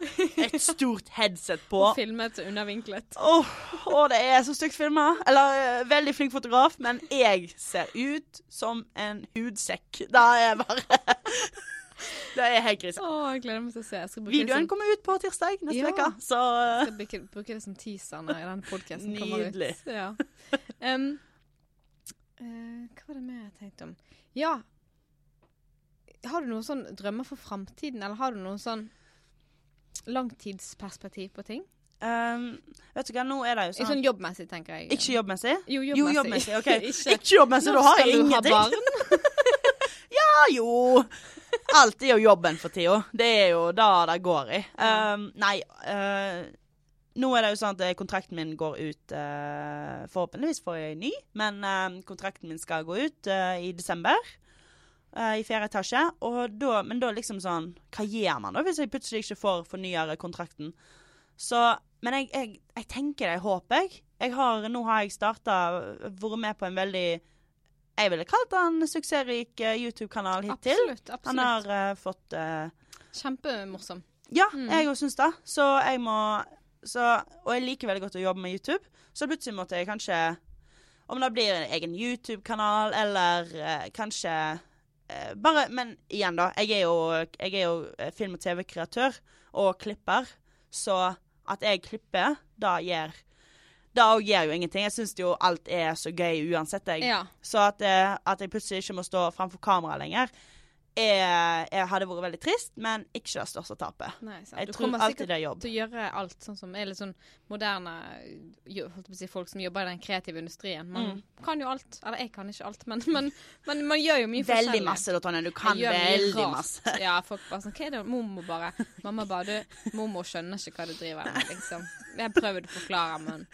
[SPEAKER 3] Et stort headset på.
[SPEAKER 2] Og filmet og undervinklet.
[SPEAKER 3] Åh, åh, det er så stygt filma. Eller eh, veldig flink fotograf, men jeg ser ut som en hudsekk. Da er jeg bare Det er helt krise.
[SPEAKER 2] Å, jeg gleder meg til å se. Jeg skal bruke,
[SPEAKER 3] Videoen
[SPEAKER 2] det,
[SPEAKER 3] kommer ut på tirsdag neste
[SPEAKER 2] Ja.
[SPEAKER 3] uke, så
[SPEAKER 2] som,
[SPEAKER 3] eh,
[SPEAKER 2] skal bruke, bruke det som teaser når den podkasten kommer ut.
[SPEAKER 3] Nydelig.
[SPEAKER 2] Ja. Em, eh, hva var det mer jeg tenkte om? Ja. Har du noen sånn drømmer for framtiden, eller har du noen sånn langtidsperspektiv på ting?
[SPEAKER 3] ehm, Vet du hva, nå er det jo
[SPEAKER 2] I
[SPEAKER 3] sånn
[SPEAKER 2] Sånn jobbmessig, tenker jeg.
[SPEAKER 3] Ikke jobbmessig?
[SPEAKER 2] Jo,
[SPEAKER 3] Jo, jobbmessig. OK.
[SPEAKER 2] Ikke.
[SPEAKER 3] Ikke jobbmessig, da har jeg
[SPEAKER 2] Når skal du ha
[SPEAKER 3] ingenting.
[SPEAKER 2] barn?
[SPEAKER 3] Ja, jo. Alt er jo jobben for tida. Det er jo det det går i. Um, nei eh, Nå er det jo sånn at eh, kontrakten min går ut eh, Forhåpentligvis får jeg ny, men eh, kontrakten min skal gå ut eh, i desember. eh, I fjerde etasje. Og da, men da liksom sånn Hva gjør man da hvis jeg plutselig ikke får fornyere kontrakten? Så Men jeg, jeg, jeg tenker det, jeg håper jeg. jeg har, nå har jeg starta Vært med på en veldig jeg ville kalt han en suksessrik eh, YouTube-kanal hittil.
[SPEAKER 2] Absolutt.
[SPEAKER 3] Han
[SPEAKER 2] absolutt.
[SPEAKER 3] har eh, fått eh,
[SPEAKER 2] Kjempemorsom.
[SPEAKER 3] Ja, jeg òg syns det. Så jeg må så, Og jeg liker veldig godt å jobbe med YouTube, så plutselig måtte jeg kanskje Om det blir en egen YouTube-kanal, eller eh, kanskje eh, Bare Men igjen, da. Jeg er jo, jeg er jo eh, film- og TV-kreatør og klipper, så at jeg klipper, da gjør Da òg gjør jo ingenting. Jeg syns jo alt er så gøy uansett, jeg.
[SPEAKER 2] Ja.
[SPEAKER 3] Så at, eh, at jeg plutselig ikke må stå framfor kamera lenger, er, er, hadde vært veldig trist, men ikke det største tapet.
[SPEAKER 2] Nei, sant.
[SPEAKER 3] Jeg
[SPEAKER 2] du
[SPEAKER 3] tror
[SPEAKER 2] kommer
[SPEAKER 3] alltid
[SPEAKER 2] sikkert
[SPEAKER 3] det er jobb.
[SPEAKER 2] til å gjøre alt sånn som er litt sånn moderne jo- holdt på å si, folk som jobber i den kreative industrien. Man
[SPEAKER 3] Mm.
[SPEAKER 2] kan jo alt. Eller jeg kan ikke alt, men, men, men man gjør jo mye
[SPEAKER 3] Veldig
[SPEAKER 2] forskjellig.
[SPEAKER 3] masse, da, Tonje. Du
[SPEAKER 2] Jeg
[SPEAKER 3] kan
[SPEAKER 2] gjør mye
[SPEAKER 3] veldig
[SPEAKER 2] rart.
[SPEAKER 3] masse.
[SPEAKER 2] Ja, folk bare sånn Hva er det Mormor bare Mamma bare du, Mormor skjønner ikke hva du driver med, liksom. Jeg prøvde å forklare, men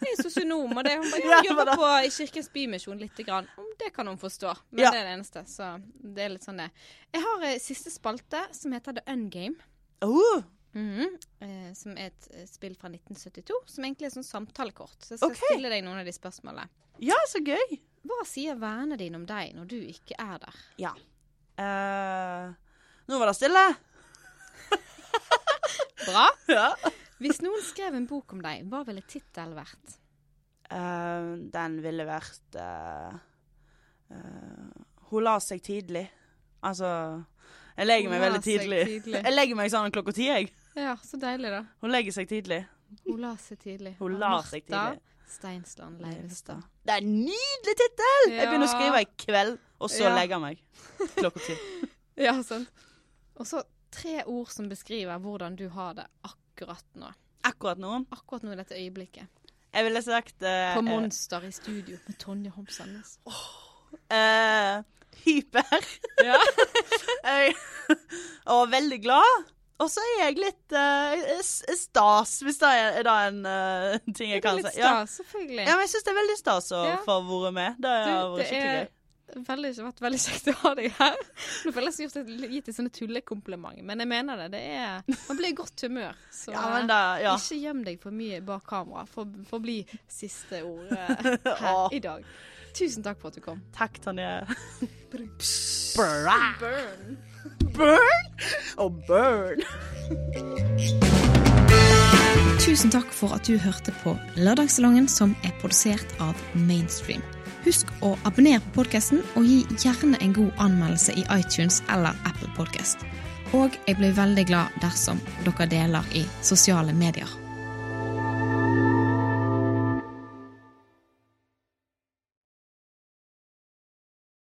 [SPEAKER 2] Jeg er sosionom, og det hun bare
[SPEAKER 3] Ja,
[SPEAKER 2] «Jeg
[SPEAKER 3] men
[SPEAKER 2] jobber
[SPEAKER 3] da-
[SPEAKER 2] på i Kirkens Bymisjon lite grann. Om Det kan hun forstå, men
[SPEAKER 3] Ja.
[SPEAKER 2] det er det eneste. Så det er litt sånn det. Jeg har eh, siste spalte, som heter The Ungame.
[SPEAKER 3] Oh,
[SPEAKER 2] Mhm. eh, som er et eh, spill fra 1972, som egentlig er sånn samtalekort. Så jeg skal
[SPEAKER 3] Ok.
[SPEAKER 2] stille deg noen av de spørsmålene.
[SPEAKER 3] ja, så gøy.
[SPEAKER 2] Hva sier vennene dine om deg når du ikke er der?
[SPEAKER 3] Ja. Eh, nå var det stille.
[SPEAKER 2] Bra!
[SPEAKER 3] Ja.
[SPEAKER 2] Hvis noen skrev en bok om deg, hva ville tittelen vært?
[SPEAKER 3] Eh, den ville vært eh, eh, Hun la seg tidlig. Altså Jeg legger meg
[SPEAKER 2] Hun la
[SPEAKER 3] veldig
[SPEAKER 2] seg
[SPEAKER 3] tidlig.
[SPEAKER 2] tidlig.
[SPEAKER 3] Jeg legger meg sånn klokka ti, jeg.
[SPEAKER 2] Ja, så deilig, da.
[SPEAKER 3] Hun legger seg tidlig.
[SPEAKER 2] Hun la seg tidlig.
[SPEAKER 3] Hun
[SPEAKER 2] Av
[SPEAKER 3] la seg
[SPEAKER 2] Martha
[SPEAKER 3] tidlig.
[SPEAKER 2] Steinsland Leivestad.
[SPEAKER 3] Det er en nydelig tittel! Jeg begynner å
[SPEAKER 2] Ja.
[SPEAKER 3] skrive i kveld, og så
[SPEAKER 2] Ja.
[SPEAKER 3] legger jeg meg. Klokka ti.
[SPEAKER 2] Ja, sant. Og så tre ord som beskriver hvordan du har det akkurat nå.
[SPEAKER 3] Akkurat nå.
[SPEAKER 2] Akkurat nå i dette øyeblikket.
[SPEAKER 3] Jeg ville sagt eh,
[SPEAKER 2] På Monster i studio med Tonje Homsandnes.
[SPEAKER 3] eh, Hyper.
[SPEAKER 2] Ja.
[SPEAKER 3] Jeg- og veldig glad. Og så er jeg litt eh, s- stas, hvis det er, er det en eh, ting
[SPEAKER 2] Det
[SPEAKER 3] jeg
[SPEAKER 2] er
[SPEAKER 3] kan
[SPEAKER 2] litt
[SPEAKER 3] si. Ja.
[SPEAKER 2] stas, selvfølgelig.
[SPEAKER 3] ja, men jeg syns det er veldig stas å
[SPEAKER 2] Ja.
[SPEAKER 3] få vært med. Det har
[SPEAKER 2] Du, det
[SPEAKER 3] vært skikkelig
[SPEAKER 2] er-
[SPEAKER 3] gøy.
[SPEAKER 2] veldig, det har vært veldig kjekt å ha deg her. Nå føler jeg som jeg har gjort et- gitt et sånne tullekompliment, men jeg mener det. det er, man blir i godt humør. Så
[SPEAKER 3] Ja, men da, ja.
[SPEAKER 2] ikke gjem deg for mye bak kamera. For, for bli siste ord eh, her
[SPEAKER 3] Åh.
[SPEAKER 2] i dag. Tusen takk for at du kom.
[SPEAKER 3] Takk, Tonje. Bra.
[SPEAKER 4] Burn.
[SPEAKER 3] Burn og burn.
[SPEAKER 2] Tusen takk for at du hørte på Lørdagssalongen, som er produsert av Mainstream. Husk å abonnere på podkasten, og gi gjerne en god anmeldelse i iTunes eller Apple Podcast. Og jeg blir veldig glad dersom dere deler i sosiale medier.